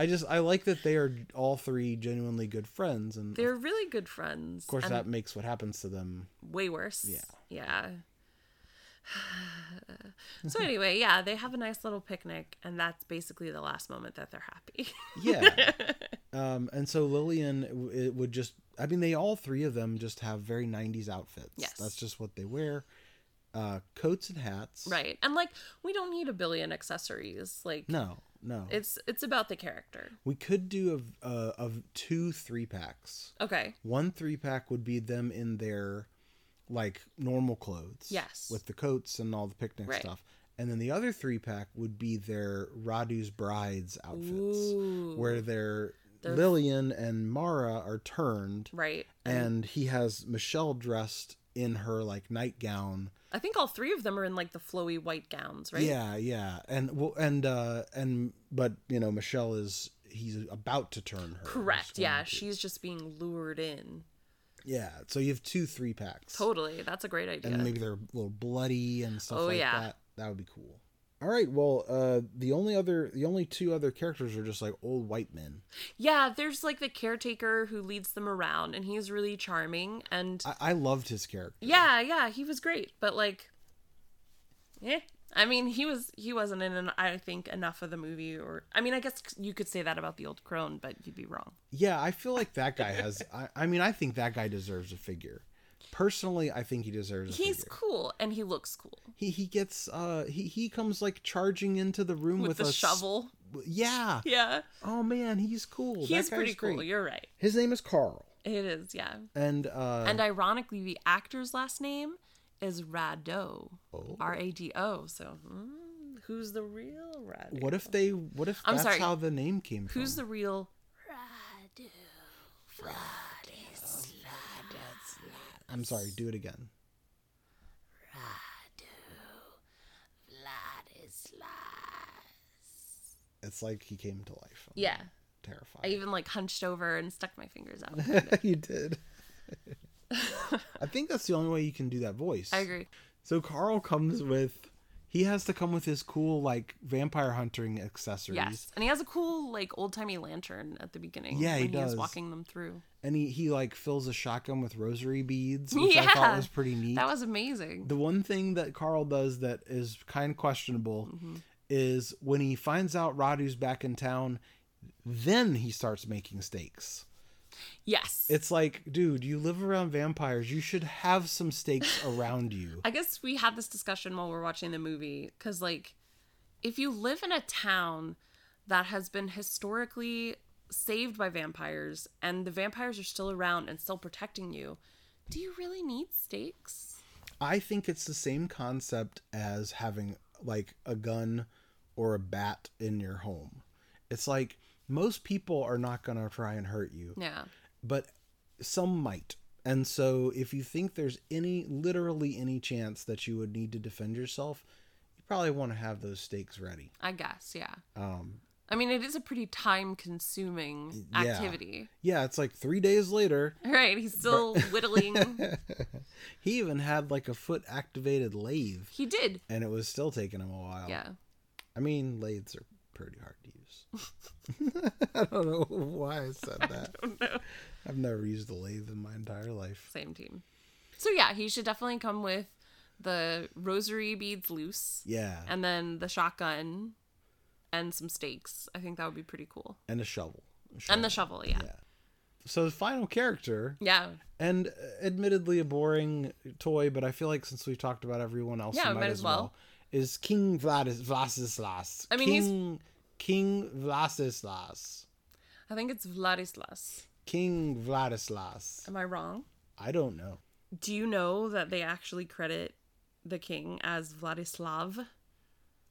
I just I like that they are all three genuinely good friends, and of
They're really good friends.
course
and
that makes what happens to them.
way worse.
Yeah.
Yeah. so anyway, yeah, they have a nice little picnic, and that's basically the last moment that they're happy.
Yeah. um, and so Lillian w- it would just I mean they all three of them just have very 90s outfits.
Yes.
That's just what they wear. Uh, coats and hats.
right. And like we don't need a billion accessories. Like
No, no.
it's it's about the character.
we could do a, a of two three packs.
Okay.
One three pack would be them in their like normal clothes.
Yes.
With the coats and all the picnic
Right.
stuff. And then the other three pack would be their Radu's brides outfits, where their
They're-
Lillian and Mara are turned,
Right.
and he has Michelle dressed in her like nightgown.
I think all three of them are in like the flowy white gowns, right?
Yeah, yeah, and well, and uh, and but you know Michelle is he's about to turn her. He's
Correct.
going
Yeah,
to-
she's just being lured in.
yeah. So you have two three packs.
Totally. That's a great idea.
and maybe they're a little bloody and stuff
Oh,
like
yeah.
that. That would be cool. All right. Well, uh, the only other, the only two other characters are just like old white men.
yeah, there's like the caretaker who leads them around and he's really charming and
I, I loved his character.
Yeah, yeah, he was great, but like, yeah. I mean, he was he wasn't in an, I think enough of the movie, or I mean, I guess you could say that about the old crone, but you'd be wrong.
Yeah, I feel like that guy has. I, I mean, I think that guy deserves a figure. Personally, I think he deserves. A
He's
figure.
cool and he looks cool
he he gets uh he he comes like charging into the room
with,
with,
the
a s-
shovel.
yeah.
Yeah,
Oh man, he's cool.
he's
that guy's
pretty cool.
great.
You're right.
His name is Carl,
It is, yeah.
and uh,
And ironically, the actor's last name is Rado,
Oh.
R A D O. So, mm, who's the real Rado?
what if they? What if
I'm
that's
sorry.
how the name came from?
Who's the real?
I'm sorry. Do it again. It's like he came to life. I'm
Yeah,
terrified.
I even like hunched over and stuck my fingers out.
you did. I think that's the only way you can do that voice.
I agree.
So Carl comes with he has to come with his cool like vampire hunting accessories.
Yes, and he has a cool like old timey lantern at the beginning.
Yeah, he
when
does.
He's walking them through.
And he, he like fills a shotgun with rosary beads, which I thought
Yeah.
was pretty neat.
That was amazing.
the one thing that Carl does that is kind of questionable
Mm-hmm.
is when he finds out Radu's back in town, then he starts making steaks.
Yes,
It's like, dude, you live around vampires. You should have some stakes around you.
I guess we had this discussion while we we're watching the movie because like, if you live in a town that has been historically saved by vampires and the vampires are still around and still protecting you, do you really need stakes?
I think it's the same concept as having like a gun or a bat in your home. It's like most people are not going to try and hurt you,
Yeah.
but some might. And so if you think there's any literally any chance that you would need to defend yourself, you probably want to have those stakes ready.
I guess, yeah.
Um
I mean, it is a pretty time consuming
Yeah.
activity.
yeah, it's like 3 days later,
Right. He's still whittling.
he even had like a foot activated lathe
He did.
and it was still taking him a while.
Yeah.
I mean, lathes are pretty hard to use. I don't know why I said that. I don't know. I've never used a lathe in my entire life.
Same team. So yeah, he should definitely come with the rosary beads loose
Yeah,
and then the shotgun and some stakes. I think that would be pretty cool.
and a shovel. A
And the shovel, yeah.
Yeah. So the final character,
Yeah.
and uh, admittedly a boring toy, but I feel like since we've talked about everyone else,
Yeah,
we might, as well. Is King Vladis- Vlasislas?
I mean, he's-
King, King Vlasislas.
I think it's Vladislas.
King Vladislas.
Am I wrong?
I don't know.
Do you know that they actually credit the king as Vladislav?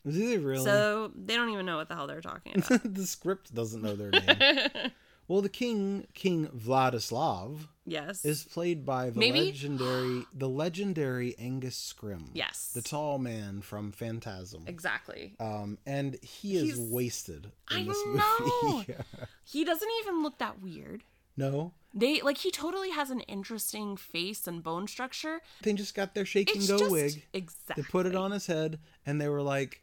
Do they really?
So they don't even know what the hell they're talking about.
the script doesn't know their name. well, the king, King Vladislav,
yes.
is played by the
Maybe-
legendary, the legendary Angus Scrim.
Yes.
the tall man from Phantasm.
exactly.
Um, and he is
He's-
wasted in
I
this
know!
movie.
He doesn't even look that weird.
no,
They like he totally has an interesting face and bone structure.
they just got their shake
It's
and go
just
wig.
exactly
They put it on his head, and they were like,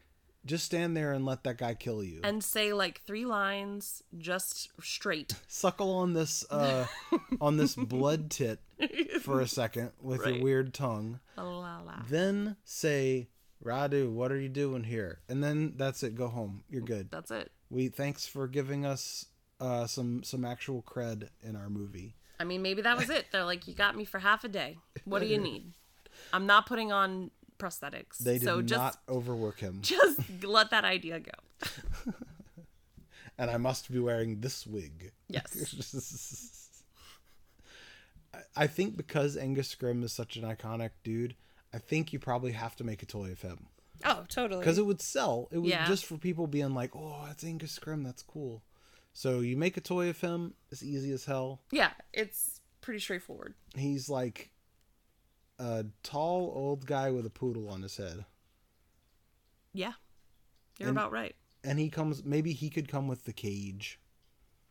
Just stand there and let that guy kill you.
and say like three lines just straight.
Suckle on this uh on this blood tit for a second with your
Right.
weird tongue.
La, la, la.
Then say, Radu, what are you doing here? And then that's it. Go home. You're good.
That's it.
We thanks for giving us uh, some some actual cred in our movie.
I mean, maybe that was it. They're like, you got me for half a day. What do you need? I'm not putting on prosthetics.
They did
so just
not overwork him,
just let that idea go.
and I must be wearing this wig.
Yes.
I- I think because Angus Scrim is such an iconic dude, I think you probably have to make a toy of him
oh, totally.
because it would sell. It was
Yeah.
just for people being like, "Oh, that's Angus Scrim. That's cool." So you make a toy of him. It's easy as hell.
yeah, it's pretty straightforward.
He's like a tall old guy with a poodle on his head.
Yeah. You're about right.
And he comes maybe he could come with the cage.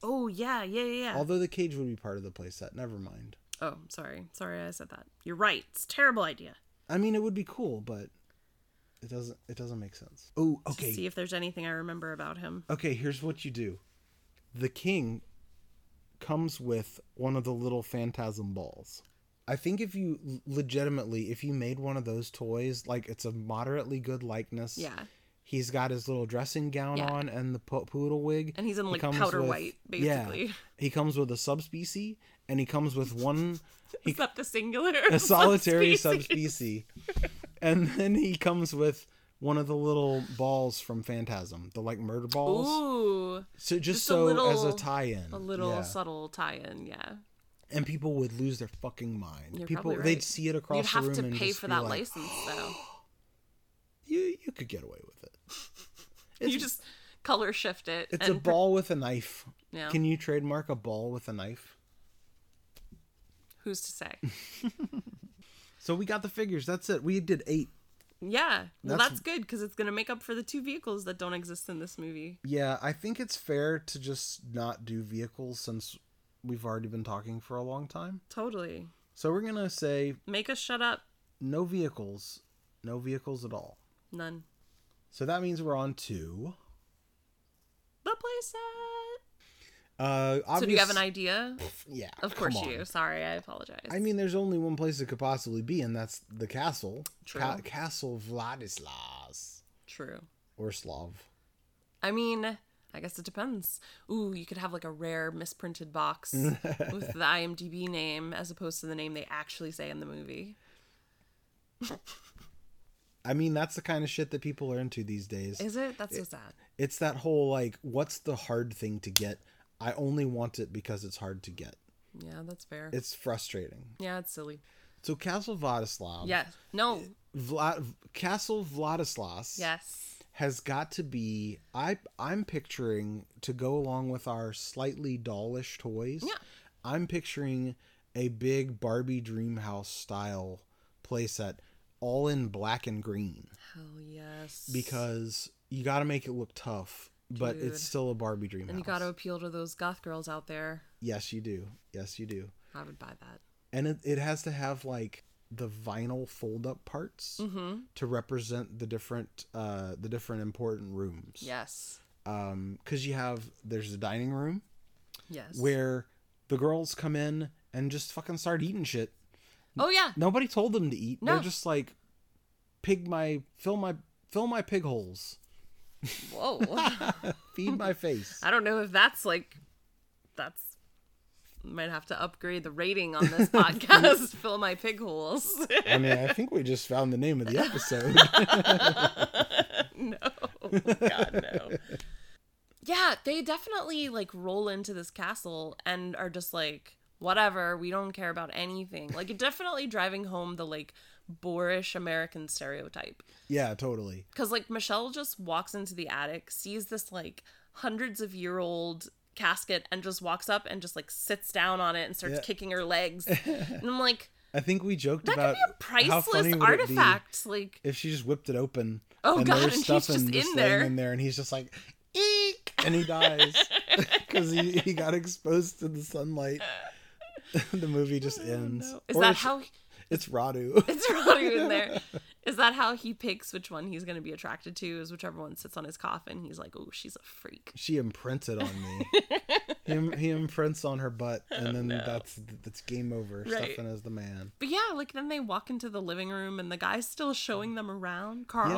Oh, yeah, yeah, yeah. yeah.
Although the cage would be part of the playset, never mind.
oh, sorry. Sorry I said that. You're right. It's a terrible idea.
I mean it would be cool, but it doesn't it doesn't make sense. Oh, okay.
See if there's anything I remember about him.
Okay, here's what you do. The king comes with one of the little phantasm balls. I think if you l- legitimately, if you made one of those toys, like it's a moderately good likeness.
Yeah.
He's got his little dressing gown
Yeah.
on and the po- poodle wig.
And he's in,
He
like,
comes
powder white, basically.
he comes with a subspecies and he comes with one
Is that the singular?
a solitary
subspecies?
subspecies. and then he comes with one of the little balls from Phantasm, the like murder balls.
Ooh.
So just,
Just a
so as a
little-
tie-in,
A little
yeah.
subtle tie in, yeah.
and people would lose their fucking mind.
You're
people
probably
they'd
right.
see it across
You'd
the
have
room
to
and
pay
just
for
be
that
like,
license, though.
You you could get away with it.
you just color shift it.
It's a ball with a knife.
Yeah.
Can you trademark a ball with a knife?
Who's to say?
So we got the figures. That's it. We did eight.
Yeah. Well,
That's-
that's good because it's going to make up for the two vehicles that don't exist in this movie.
Yeah, I think it's fair to just not do vehicles since we've already been talking for a long time.
Totally.
So we're gonna say
Make us shut up.
no vehicles, no vehicles at all.
None.
So that means we're on to.
The playset.
Uh, obvious...
So do you have an idea?
Yeah,
Of
come
course
on.
you. do. Sorry, I apologize.
I mean, there's only one place it could possibly be, and that's the castle.
True.
castle Vladislas.
true.
Or Slav.
I mean, I guess it depends. Ooh, you could have like a rare misprinted box with the IMDb name as opposed to the name they actually say in the movie.
I mean, that's the kind of shit that people are into these days.
Is it? That's so sad.
It's that whole, like, what's the hard thing to get? I only want it because it's hard to get.
Yeah, that's fair.
It's frustrating.
yeah, it's silly.
So, Castle Vladislav.
Yes. No.
Vla- castle Vladislas.
Yes.
has got to be I I'm picturing to go along with our slightly dollish toys.
Yeah.
I'm picturing a big Barbie dream house style playset all in black and green
Hell yes.
because you got to make it look tough, but
Dude.
it's still a Barbie dream
and
house.
you got to appeal to those goth girls out there.
Yes, you do. Yes, you do.
I would buy that.
And it, it has to have like the vinyl fold up parts
Mm-hmm.
to represent the different uh the different important rooms.
Yes.
um because you have there's the dining room
Yes.
where the girls come in and just fucking start eating shit
Oh yeah.
nobody told them to eat
No.
they're just like pig my fill my fill my pig holes
Whoa.
feed my face
I don't know if that's like that's might have to upgrade the rating on this podcast. Fill my pig holes.
i mean i think we just found the name of the episode
no. God no. Yeah, they definitely like roll into this castle and are just like whatever, we don't care about anything. Like definitely driving home the like boorish American stereotype.
yeah totally
Because, like, Michelle just walks into the attic, sees this, like, hundreds of year old casket, and just walks up and just, like, sits down on it and starts
Yeah.
kicking her legs. and I'm like,
i think we joked
that
about
could be a
how
priceless
funny would it be
artifact. Like,
if she just whipped it open
Oh, God, and he's just
and
in
laying
there.
in there and he's just like eek and he dies because he, he got exposed to the sunlight the movie just ends
is
Or
that
it's-
how
it's radu
it's running in there? Is that how he picks which one he's going to be attracted to? Is whichever one sits on his coffin? He's like, oh, she's a freak.
She imprinted on me. he, im- he imprints on her butt, and then that's that's game over.
Oh, Right.
Stefan is the man.
But yeah, like then they walk into the living room and the guy's still showing them around, Carl,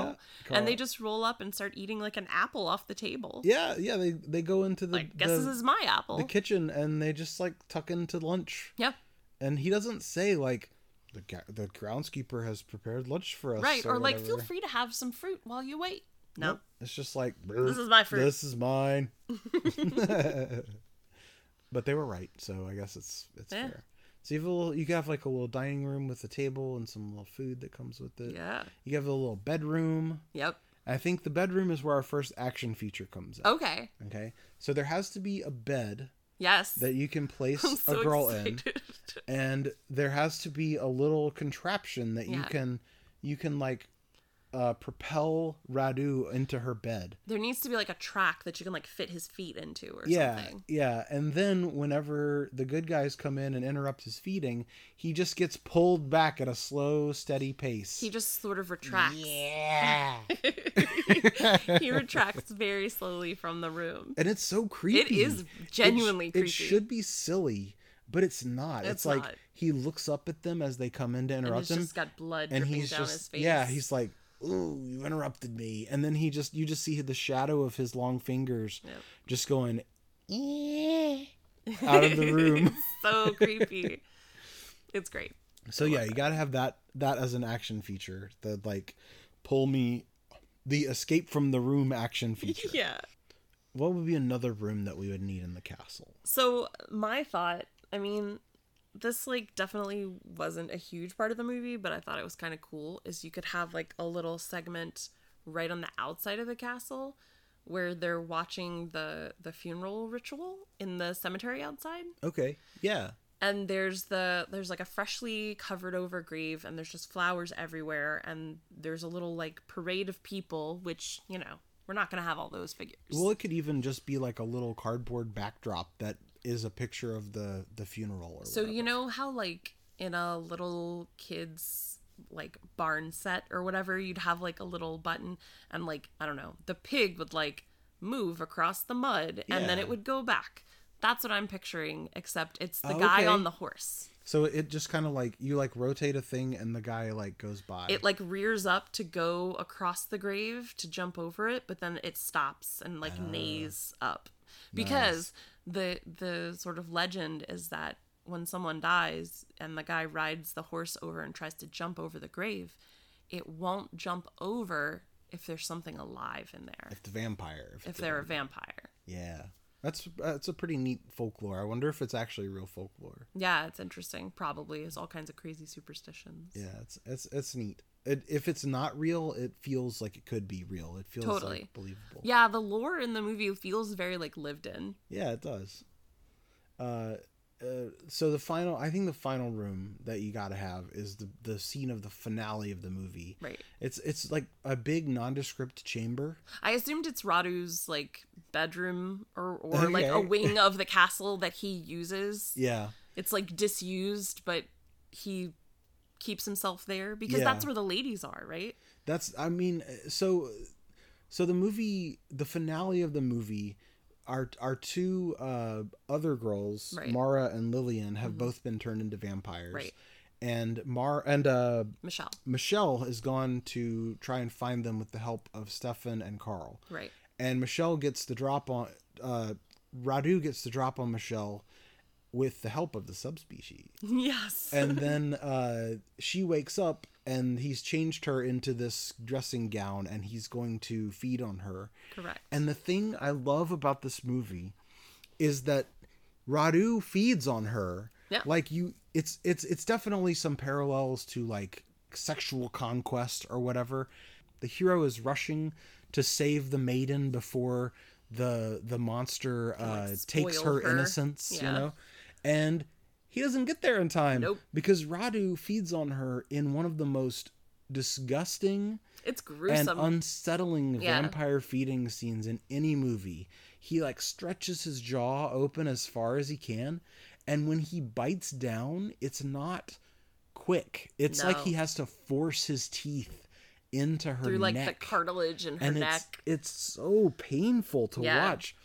Carl.
and they just roll up and start eating like an apple off the table.
Yeah, yeah. They they go into the
like, guess
the,
this is my
the
apple.
kitchen and they just like tuck into lunch.
yeah.
And he doesn't say like the ga- the groundskeeper has prepared lunch for us,
Right. Or, like, feel
Oh, whatever.
free to have some fruit while you wait. No.
Nope. It's just like
This is my fruit."
This is mine. but they were right, so I guess it's it's
Yeah.
fair. So you have a little, you have like a little dining room with a table and some little food that comes with it.
Yeah.
You have a little bedroom.
Yep.
I think the bedroom is where our first action feature comes in.
Okay.
Okay. So there has to be a bed
Yes.
that you can place
I'm so
a girl in
excited.
and there has to be a little contraption that you
Yeah.
can you can like uh, propel Radu into her bed.
There needs to be like a track that you can like fit his feet into or
yeah,
something.
yeah. And then whenever the good guys come in and interrupt his feeding, he just gets pulled back at a slow, steady pace.
He just sort of retracts.
yeah,
he retracts very slowly from the room.
and it's so
It
creepy.
is genuinely
it, sh-
creepy.
It should be silly, but it's not. It's,
It's
like
not.
he looks up at them as they come in to
and
interrupt
he's
him,
just got blood
and
dripping
he's
down
just
his face.
yeah he's like ooh you interrupted me and then he just you just see the shadow of his long fingers
Yep.
just going out of the room
so creepy. It's great.
so yeah you gotta have that that as an action feature the like pull me the escape from the room action feature
Yeah.
what would be another room that we would need in the castle
So my thought, I mean, this like definitely wasn't a huge part of the movie, but I thought it was kind of cool is you could have like a little segment right on the outside of the castle where they're watching the the funeral ritual in the cemetery outside
okay yeah
and there's the there's like a freshly covered over grave and there's just flowers everywhere and there's a little like parade of people which you know we're not gonna have all those figures
well it could even just be like a little cardboard backdrop that is a picture of the the funeral or
So
whatever.
you know how like in a little kids like barn set or whatever, you'd have like a little button and like I don't know, the pig would like move across the mud and then
Yeah.
it would go back. That's what I'm picturing, except it's the
Oh,
guy
okay.
on the horse.
So it just kind of like you like rotate a thing and the guy like goes by.
It like rears up to go across the grave to jump over it, but then it stops and like neighs up. Because the the sort of legend is that when someone dies and the guy rides the horse over and tries to jump over the grave, it won't jump over if there's something alive in there.
if the vampire. If,
If
the-
they're a vampire.
yeah, that's that's a pretty neat folklore. I wonder if it's actually real folklore.
Yeah, it's interesting. Probably. It's all kinds of crazy superstitions.
Yeah, it's it's it's neat. It, if it's not real, it feels like it could be real. It feels
Totally.
like believable.
Yeah, the lore in the movie feels very like lived in.
Yeah, it does. Uh, uh, so the final, I think the final room that you gotta have is the the scene of the finale of the movie.
Right.
It's it's like a big nondescript chamber.
I assumed it's Radu's like bedroom or or like a
Okay.
wing of the castle that he uses.
Yeah.
It's like disused, but he keeps himself there because
Yeah.
that's where the ladies are, right?
That's I mean so so the movie the finale of the movie our our two uh other girls
Right. Mm-hmm.
Mara and Lillian have both been turned into vampires.
Right.
And Mar and uh
Michelle,
Michelle has gone to try and find them with the help of Stefan and Carl.
right?
And Michelle gets the drop on uh Radu gets the drop on Michelle with the help of the subspecies
yes.
and then uh, she wakes up and he's changed her into this dressing gown and he's going to feed on her
Correct.
and the thing i love about this movie is that radu feeds on her
Yeah.
like you it's it's it's definitely some parallels to like sexual conquest or whatever the hero is rushing to save the maiden before the the monster uh, takes
spoil
her,
her.
innocence
Yeah.
you know and he doesn't get there in time
Nope.
because Radu feeds on her in one of the most disgusting
it's
and
gruesome.
unsettling
Yeah.
vampire feeding scenes in any movie. He like stretches his jaw open as far as he can, and when he bites down, it's not quick. It's like
No.
he has to force his teeth into her
through like the
neck.
cartilage in her
and
neck.
it's it's so painful to
Yeah.
watch,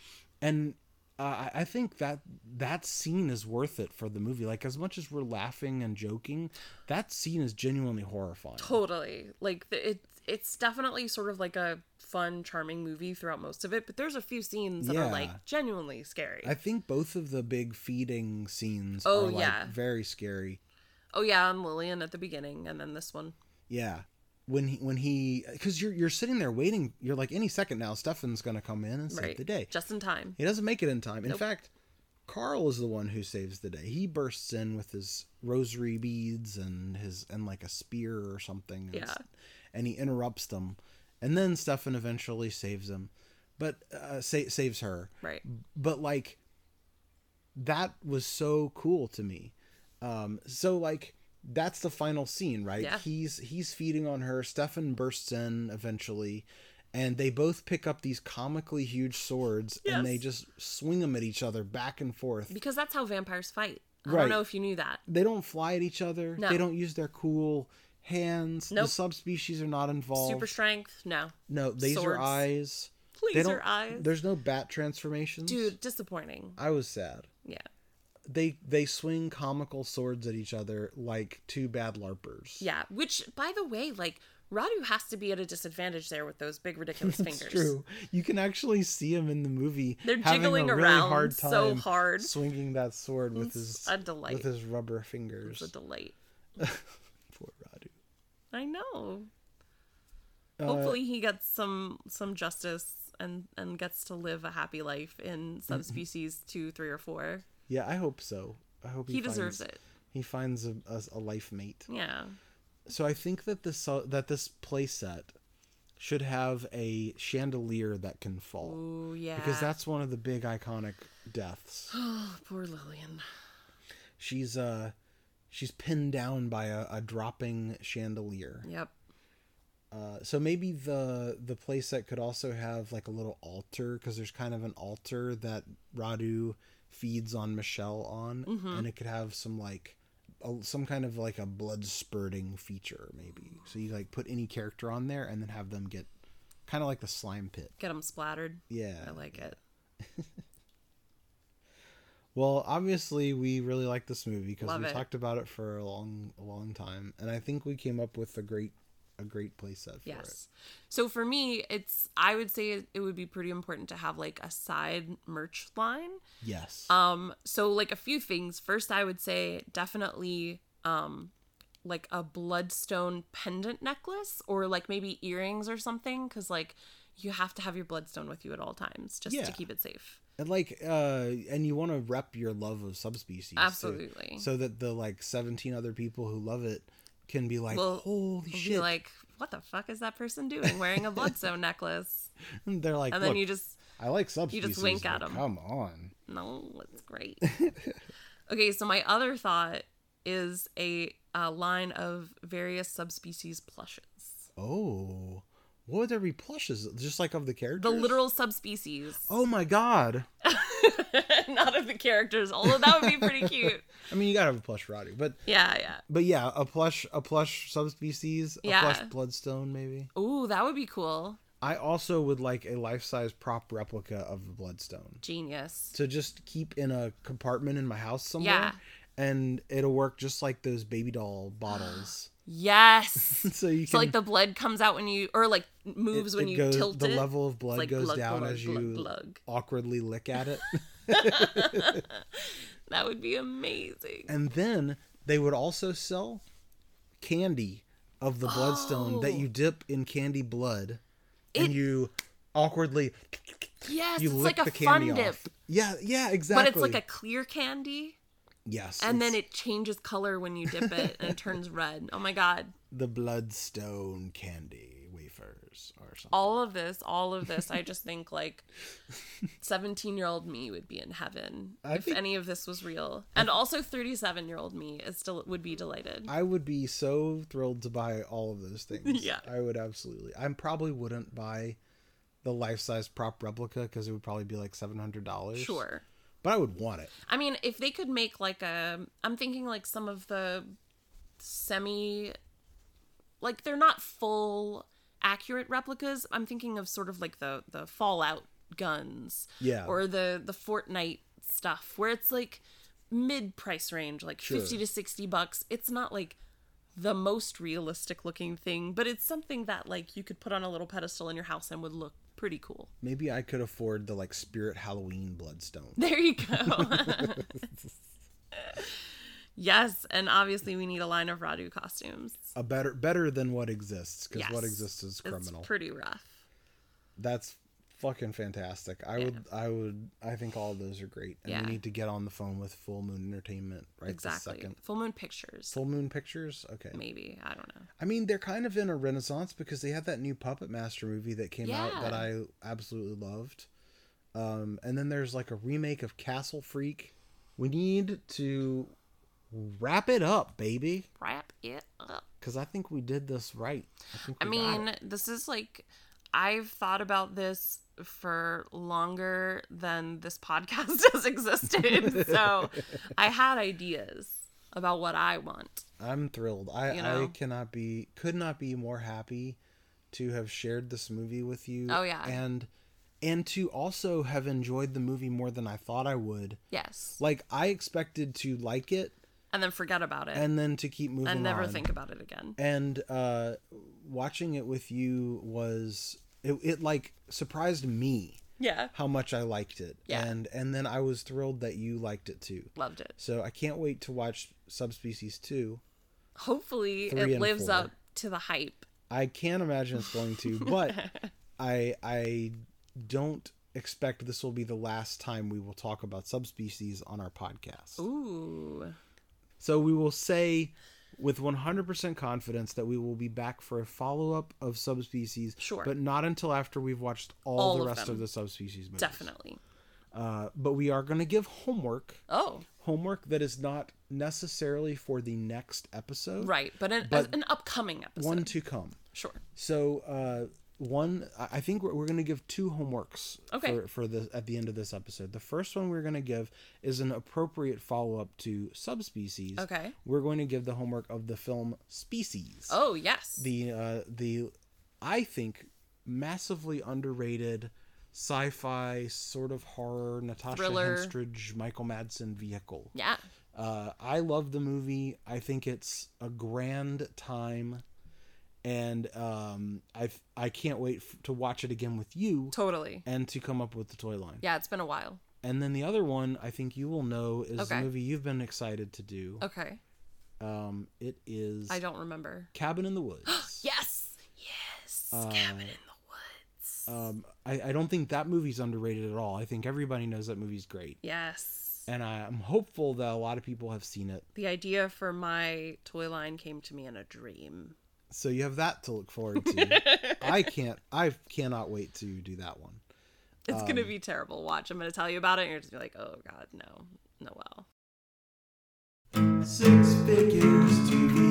and uh, I I think that that scene is worth it for the movie. Like as much as we're laughing and joking, that scene is genuinely horrifying.
Totally. Like the, it it's definitely sort of like a fun, charming movie throughout most of it, but there's a few scenes that
Yeah.
are like genuinely scary.
I think both of the big feeding scenes
Oh,
are like
yeah.
very scary.
oh yeah, and Lillian at the beginning and then this one.
Yeah. When he when he because you're you're sitting there waiting, you're like any second now Stefan's gonna come in and save
Right.
the day.
Just in time.
He doesn't make it in time. In
Nope.
fact, Carl is the one who saves the day. He bursts in with his rosary beads and his and like a spear or something. And,
Yeah.
and he interrupts them, and then Stefan eventually saves him, but uh, sa- saves her.
Right.
But like, that was so cool to me. Um, so like. That's the final scene, right?
Yeah.
He's he's feeding on her. Stefan bursts in eventually, and they both pick up these comically huge swords and they
Yes.
just swing them at each other back and forth.
Because that's how vampires fight. I
Right.
don't know if you knew that.
They don't fly at each other.
No.
They don't use their cool hands. The
Nope.
subspecies are not involved.
Super strength? No.
no, laser
swords.
eyes. They
Laser
don't-
eyes.
There's no bat transformations.
Dude, disappointing.
I was sad.
Yeah.
They they swing comical swords at each other like two bad larpers.
Yeah. Which by the way, like Radu has to be at a disadvantage there with those big ridiculous
It's
fingers.
true. You can actually see him in the movie.
They're
having a
jiggling
really
around
hard
so
time
hard.
swinging that sword with his
a delight.
with his rubber
It's a
fingers.
delight.
Poor Radu.
I know.
Uh,
Hopefully he gets some some justice and and gets to live a happy life in subspecies two, three, or four.
Yeah, I hope so. I hope he,
He deserves
finds-
it.
He finds a, a, a life mate.
Yeah.
So I think that this uh, that this playset should have a chandelier that can fall
Oh yeah.
because that's one of the big iconic deaths.
oh, poor Lillian.
she's uh she's pinned down by a, a dropping chandelier.
Yep.
Uh, so maybe the the playset could also have like a little altar because there's kind of an altar that Radu feeds on Michelle on, and it could have some like a, some kind of like a blood spurting feature maybe. So you like put any character on there and then have them get kind of like the slime pit.
Get him splattered.
Yeah.
I like it.
Well, obviously we really like this movie because
Love
we
it.
talked about it for a long a long time, and I think we came up with a great a great playset for
Yes. So for me, it's I would say it, it would be pretty important to have like a side merch line.
it. Yes.
Um, so like a few things. First, I would say definitely um like a bloodstone pendant necklace or like maybe earrings or something cuz like you have to have your bloodstone with you at all times just
Yeah.
to keep it safe.
And like uh and you want to rep your love of subspecies too,
Absolutely.
so that the like 17 other people who love it can be like
Well,
holy
You'll
shit
Be like, what the fuck is that person doing wearing a bloodstone necklace?
they're like
And then
"Look,
you just
i like subspecies
wink
but
at 'em."
come on
No, it's great. okay, so my other thought is a, a line of various subspecies plushes.
oh what would there be plushes just like of the characters
The literal subspecies,
oh my god
not of the characters, although that would be pretty cute.
i mean you gotta have a plush Roddy, but
Yeah, yeah.
but yeah a plush a plush subspecies a
Yeah.
plush bloodstone maybe
Ooh, that would be cool.
i also would like a life-size prop replica of the bloodstone
Genius.
to just keep in a compartment in my house somewhere.
Yeah.
And it'll work just like those baby doll bottles.
Yes.
so you can
so like the blood comes out when you, or like moves when you
goes,
tilt
the
it.
level of blood
like
goes
glug,
down
glug,
as
glug,
you
glug.
awkwardly lick at it.
That would be amazing.
and then they would also sell candy of the bloodstone
Oh.
that you dip in candy blood and you awkwardly
yes,
you
it's
lick
like a
the candy
fun dip,
off. Yeah, yeah,
but
exactly.
it's like a clear candy.
yes.
and
it's
then it changes color when you dip it and it turns red. Oh my god.
the bloodstone candy wafers or something.
All of this, all of this, I just think like 17 year old me would be in heaven
I
if
think-
any of this was real. And also 37 year old me is still would be delighted.
I would be so thrilled to buy all of those things.
Yeah.
I would absolutely. I probably wouldn't buy the life size prop replica because it would probably be like seven hundred dollars.
Sure.
but I would want it.
I mean, if they could make like a I'm thinking like some of the semi like they're not full accurate replicas. I'm thinking of sort of like the the Fallout guns
Yeah.
or the the Fortnite stuff where it's like mid price range like
Sure.
50 to 60 bucks. It's not like the most realistic looking thing, but it's something that like you could put on a little pedestal in your house and would look pretty cool.
Maybe I could afford the like Spirit Halloween Bloodstone.
There you go. yes, and obviously we need a line of Radu costumes.
a better better than what exists because
Yes.
what exists is criminal
It's pretty rough.
that's fucking fantastic i would i would i think all of those are great and
Yeah.
we need to get on the phone with full moon entertainment right this
Exactly.
second
Full Moon Pictures.
full moon pictures okay
Maybe. I don't know.
i mean they're kind of in a renaissance because they had that new puppet master movie that came out that
Yeah.
i absolutely loved um and then there's like a remake of castle freak we need to wrap it up baby
Wrap it up.
because i think we did this right i, think
I
we got it.
mean, this is like I've thought about this for longer than this podcast has existed. so I had ideas about what I want.
I'm thrilled. I,
You know?
I cannot be could not be more happy to have shared this movie with you.
Oh, yeah.
And and to also have enjoyed the movie more than I thought I would.
Yes.
Like I expected to like it
And then forget about it. And,
and then to keep moving
never
on.
think about it again.
And uh watching it with you was it, it like surprised me
Yeah.
how much I liked it.
Yeah.
And and then I was thrilled that you liked it too.
Loved it.
So I can't wait to watch Subspecies 2.
Hopefully
Three
it
and
lives
four.
up to the hype.
I can't imagine it's going to, but I I don't expect this will be the last time we will talk about subspecies on our podcast.
Ooh.
So we will say with 100% confidence that we will be back for a follow-up of subspecies,
Sure.
but not until after we've watched all,
All
the
of
rest
them.
of the subspecies movies.
Definitely.
Uh, but we are going to give homework,
Oh,
homework that is not necessarily for the next episode,
right. But an,
But-
an upcoming episode.
One to come.
Sure.
So uh, one, I I think we're, we're going to give two homeworks
Okay.
for, for the at the end of this episode. The first one we're going to give is an appropriate follow up to subspecies.
Okay.
We're going to give the homework of the film Species.
Oh, yes.
The uh, the I think massively underrated sci-fi sort of horror Natasha
Thriller.
Henstridge Michael Madsen vehicle.
yeah.
Uh, I love the movie. I think it's a grand time, and um, I I can't wait f- to watch it again with you
Totally.
and to come up with the toy line.
Yeah, it's been a while.
And then the other one I think you will know is
Okay.
the movie you've been excited to do.
Okay.
Um, it is
I don't remember.
Cabin in the Woods.
Yes. Yes.
Uh,
Cabin in the Woods.
Um, I, I don't think that movie's underrated at all. I think everybody knows that movie's great,
Yes.
and I, I'm hopeful that a lot of people have seen it.
The idea for my toy line came to me in a dream.
So you have that to look forward to. I can't. I cannot wait to do that one.
It's
Um,
gonna be terrible. Watch. I'm gonna tell you about it, and you're just gonna be like, "Oh God, no, no." Well,
Six figures to the